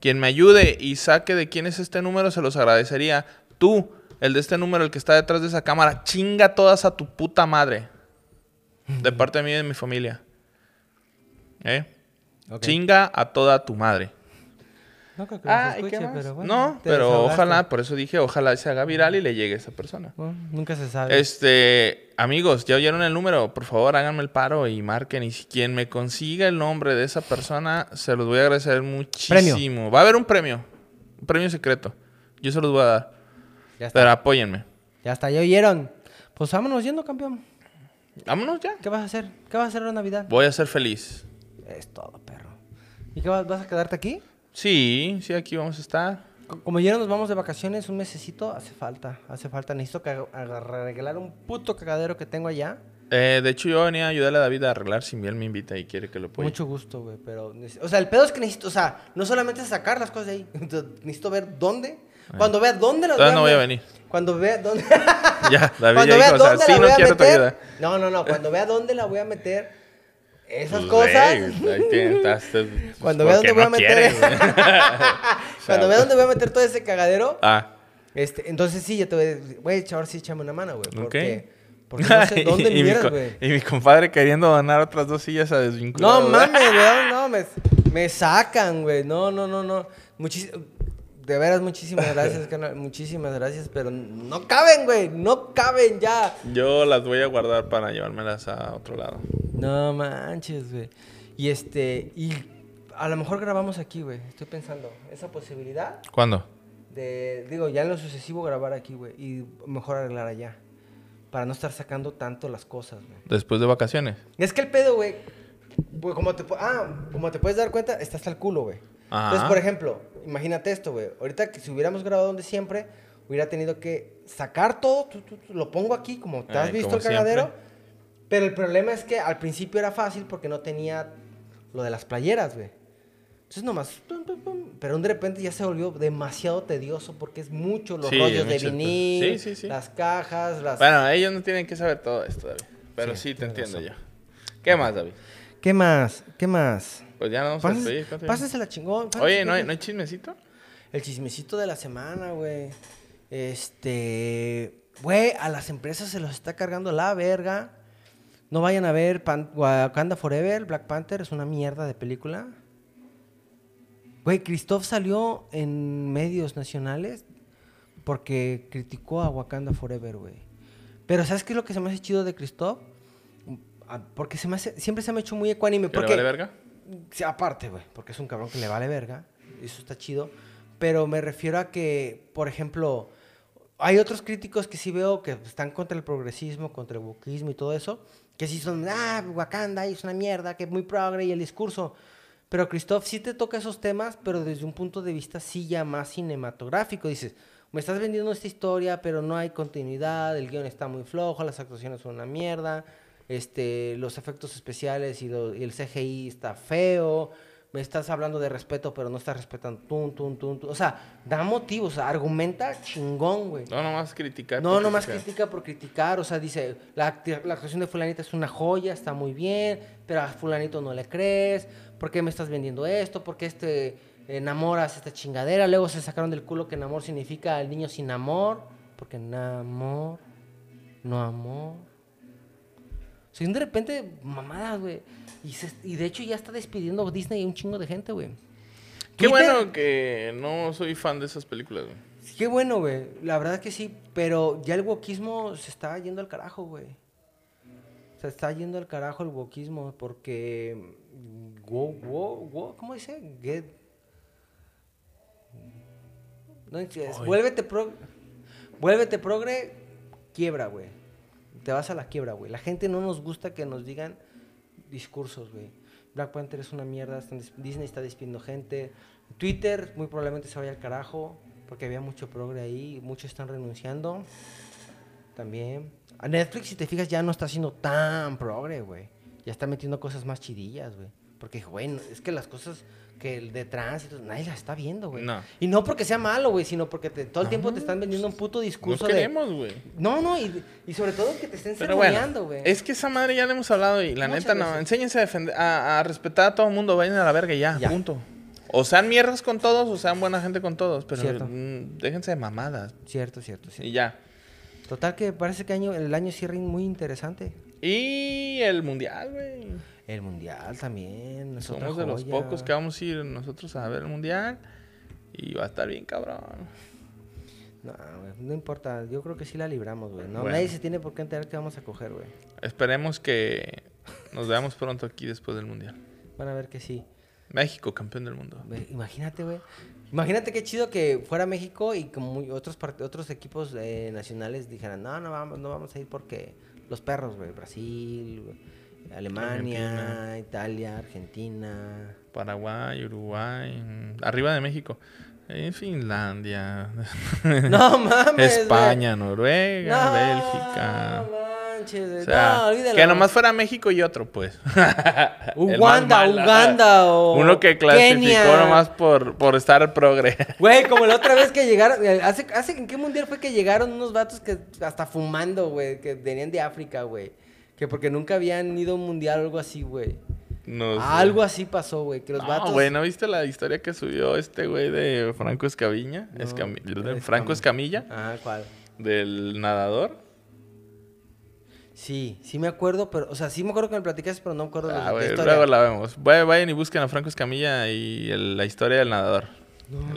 quien me ayude y saque de quién es este número, se los agradecería. Tú, el de este número, el que está detrás de esa cámara, chinga todas a tu puta madre. De parte de mí y de mi familia. ¿Eh?
Ok.
Chinga a toda tu madre.
No creo que
Ah,
nos
¿y
escuche,
qué más?
pero bueno.
no,
te
pero
desahogaste.
ojalá, por eso dije, ojalá se haga viral y le llegue a esa persona.
Bueno, nunca se sabe.
Este, amigos, ya oyeron el número, por favor háganme el paro y marquen. Y si quien me consiga el nombre de esa persona, se los voy a agradecer muchísimo. Va a haber un premio, un premio secreto. Yo se los voy a dar.
Ya está.
Pero apóyenme.
Ya está, ya oyeron. Pues vámonos yendo, campeón.
Vámonos ya.
¿Qué vas a hacer? ¿Qué vas a hacer en Navidad?
Voy a ser feliz.
Es todo, perro. ¿Y qué vas, vas a quedarte aquí?
Sí, sí, aquí vamos a estar.
Co- Como ya no nos vamos de vacaciones un mesecito, hace falta, hace falta. Necesito que ag- arreglar un puto cagadero que tengo allá.
Eh, de hecho, yo venía a ayudarle a David a arreglar si él me invita y quiere que lo apoye.
Mucho gusto, güey, pero... neces- O sea, el pedo es que necesito, o sea, no solamente es sacar las cosas de ahí, [laughs] necesito ver dónde. Cuando vea dónde las
Todavía no voy a
me-
venir.
Cuando vea dónde...
[laughs]
[laughs]
Ya, David
cuando
ya
vea
dijo, o sea,
dónde la
sí, no
voy a
quiero tu
meter...
ayuda.
No, no, no, cuando vea dónde la voy a meter, esas
Pues,
cosas...
güey, ahí tienes, estás- estás- pues,
[laughs] Cuando vea
porque
dónde voy a
no
meter. [laughs]
quieres, güey. [laughs] pues,
Cuando vea dónde voy a meter todo ese cagadero.
Ah,
Este, entonces sí, yo te voy a decir, güey, chaval, sí, échame una mano, güey. Porque,
[laughs]
porque
ok.
no sé dónde
y, mi
miras,
co-
güey.
y mi compadre queriendo donar otras dos sillas a desvincular.
No mames, güey, no, me, me sacan, güey. No, no, no, no. Muchis- de veras,
[laughs]
muchísimas gracias, carnal. Muchísimas gracias, pero no caben, güey. No caben ya.
Yo las voy a guardar para llevármelas a otro lado.
No manches, güey. Y este, y a lo mejor grabamos aquí, güey. Estoy pensando, esa posibilidad.
¿Cuándo?
De, digo, ya en lo sucesivo grabar aquí, güey. Y mejor arreglar allá. Para no estar sacando tanto las cosas, güey.
Después de vacaciones.
Es que el pedo, güey. güey, como te, pu- ah, como te puedes dar cuenta, está hasta el culo, güey.
Ajá.
Entonces, por ejemplo, imagínate esto, güey. Ahorita que si hubiéramos grabado donde siempre, hubiera tenido que sacar todo. tu, tu, tu, lo pongo aquí, como te has
Ay,
visto
Eh, como
el cagadero.
siempre.
Pero el problema es que al principio era fácil porque no tenía lo de las playeras, güey. Entonces nomás, pum, pum, pum. pero de repente ya se volvió demasiado tedioso porque es mucho los
Sí,
rollos de
muchas cosas.
vinil,
Sí, sí, sí.
las cajas, las...
Bueno, ellos no tienen que saber todo esto, David. Pero sí, te entiendo yo. ¿Qué más, David?
¿Qué más? ¿Qué más?
Pues ya nos vamos a despedir. ¿cuánto
Pásas-
ya?
Pásasela chingón. pásasela
Oye, ¿no hay,
chingón.
¿no hay chismecito?
El chismecito de la semana, güey. Este. Güey, a las empresas se los está cargando la verga. No vayan a ver Pan- Wakanda Forever. Black Panther es una mierda de película. Güey, Christoph salió en medios nacionales porque criticó a Wakanda Forever, güey. Pero ¿sabes qué es lo que se me hace chido de Christoph? Ah, Porque se me hace- siempre se me ha hecho muy ecuánime.
¿Que le
Porque,
vale verga?
Sí, aparte, güey, porque es un cabrón que le vale verga. Eso está chido. Pero me refiero a que, por ejemplo, hay otros críticos que sí veo que están contra el progresismo, contra el buquismo y todo eso, que sí son, ah, Wakanda es una mierda, que es muy progre y el discurso. Pero Christoph sí te toca esos temas, pero desde un punto de vista sí ya más cinematográfico. Dices, me estás vendiendo esta historia, pero no hay continuidad, el guión está muy flojo, las actuaciones son una mierda, este, los efectos especiales y, lo- y el CGI está feo, me estás hablando de respeto, pero no estás respetando. Tun, tun, tun, tun. O sea, da motivos, o sea, argumenta chingón, güey.
No, nomás criticar.
No,
porque
nomás
sí,
critica por criticar, o sea, dice, la, acti- la actuación de fulanita es una joya, está muy bien, pero a fulanito no le crees, ¿por qué me estás vendiendo esto? ¿Por qué este enamoras esta chingadera? Luego se sacaron del culo que enamor significa el niño sin amor, porque enamor, no amor. O sea, de repente, mamadas, güey. Y, se- y de hecho ya está despidiendo Disney un chingo de gente, güey.
Qué
Twitter-
bueno que no soy fan de esas películas, güey.
Qué bueno, güey. La verdad que sí, pero ya el wokismo se está yendo al carajo, güey. Se está yendo al carajo el wokismo porque mm, wo, wo, wo, ¿cómo dice? Get No entiendes. Vuélvete pro Vuélvete progre, quiebra, güey. Te vas a la quiebra, güey. La gente no nos gusta que nos digan discursos, güey. Black Panther es una mierda, están des- Disney está despidiendo gente. Twitter muy probablemente se vaya al carajo porque había mucho progre ahí, muchos están renunciando. También. A Netflix, si te fijas, ya no está siendo tan progre, güey. Ya está metiendo cosas más chidillas, güey. Porque, güey, no- es que las cosas que el de tránsito, nadie las está viendo, güey.
No.
Y no porque sea malo, güey, sino porque te- todo el tiempo te están vendiendo un puto
No pues,
discurso de...
queremos, güey.
No, no, y, y sobre todo que te estén
Pero bueno,
ceremoniando, güey.
es que esa madre ya la hemos hablado y la
Muchas
neta no.
veces.
Enséñense a, defender, a, a respetar a todo el mundo, vayan a la verga y ya,
Ya.
punto. O sean mierdas con todos o sean buena gente con todos, pero
Cierto.
mm, déjense de mamadas
Cierto, cierto, cierto.
y ya.
Total que parece que año, el año cierra muy interesante.
Y el mundial, güey.
El mundial también. es otra
Somos de los
joya.
pocos que vamos a ir nosotros a ver el mundial y va a estar bien cabrón.
No, güey, no importa. Yo creo que sí la libramos, güey. No,
Bueno.
Nadie se tiene por qué enterar que vamos a coger, güey.
Esperemos que nos veamos pronto aquí después del mundial.
Van a ver que sí.
México, campeón del mundo.
Ve, Imagínate, güey. Imagínate qué chido que fuera México y como muy- otros, part- otros equipos eh, nacionales dijeran, no, no vamos, no vamos a ir porque los perros, güey, Brasil, güey, Alemania,
Argentina.
Italia,
[laughs]
Argentina.
Paraguay, Uruguay, mm, arriba de México. En Finlandia.
No mames, güey.
España, Noruega,
No,
Bélgica.
manches, güey.
O sea,
no, olvídalo.
que nomás fuera México y otro,
[laughs]
pues. El más
Uganda,
mal,
Uganda o
Uno que clasificó
Kenia.
nomás por, por estar progre. [laughs]
Güey, como la otra vez que llegaron, eh, hace, hace, ¿en qué mundial fue que llegaron unos vatos que hasta fumando, güey, que venían de África, güey? Que porque nunca habían ido a un mundial o algo así, güey.
No sé.
Algo así pasó, güey, que los
No,
vatos...
Pues, Ah, güey, ¿no viste la historia que subió este güey de Franco Escamilla?
No,
Escami-
Escamilla.
Franco Escamilla,
Ah, ¿cuál?
del nadador.
Sí, sí me acuerdo, pero, o sea, sí me acuerdo que me platicaste, pero no me acuerdo de-
Ah,
de
güey,
Pues, historia.
luego la vemos. Vay- Vayan y busquen a Franco Escamilla y el- la historia del nadador.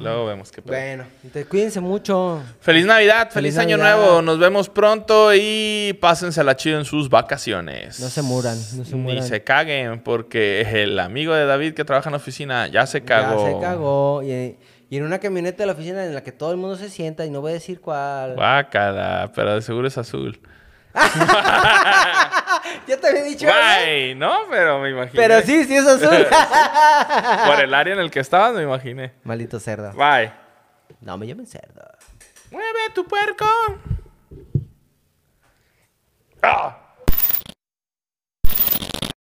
Luego vemos qué pedo.
Bueno, entonces cuídense mucho.
Feliz Navidad, feliz,
Feliz
año
Navidad.
nuevo. Nos vemos pronto y pásensela chido en sus vacaciones.
No se muran, no se muran.
Ni se caguen porque el amigo de David que trabaja en la oficina ya se cagó.
Ya se cagó. Y, y en una camioneta de la oficina en la que todo el mundo se sienta y no voy a decir cuál.
Guácala, pero de seguro es azul.
Ya te había dicho. ¿no?
Guay, no, pero me imagino.
Pero sí, sí es
[laughs]
azul.
Por el área en el que estabas, me imaginé.
Maldito cerdo.
Bye.
No me llamen cerdo.
Mueve tu puerco. ¡Ah!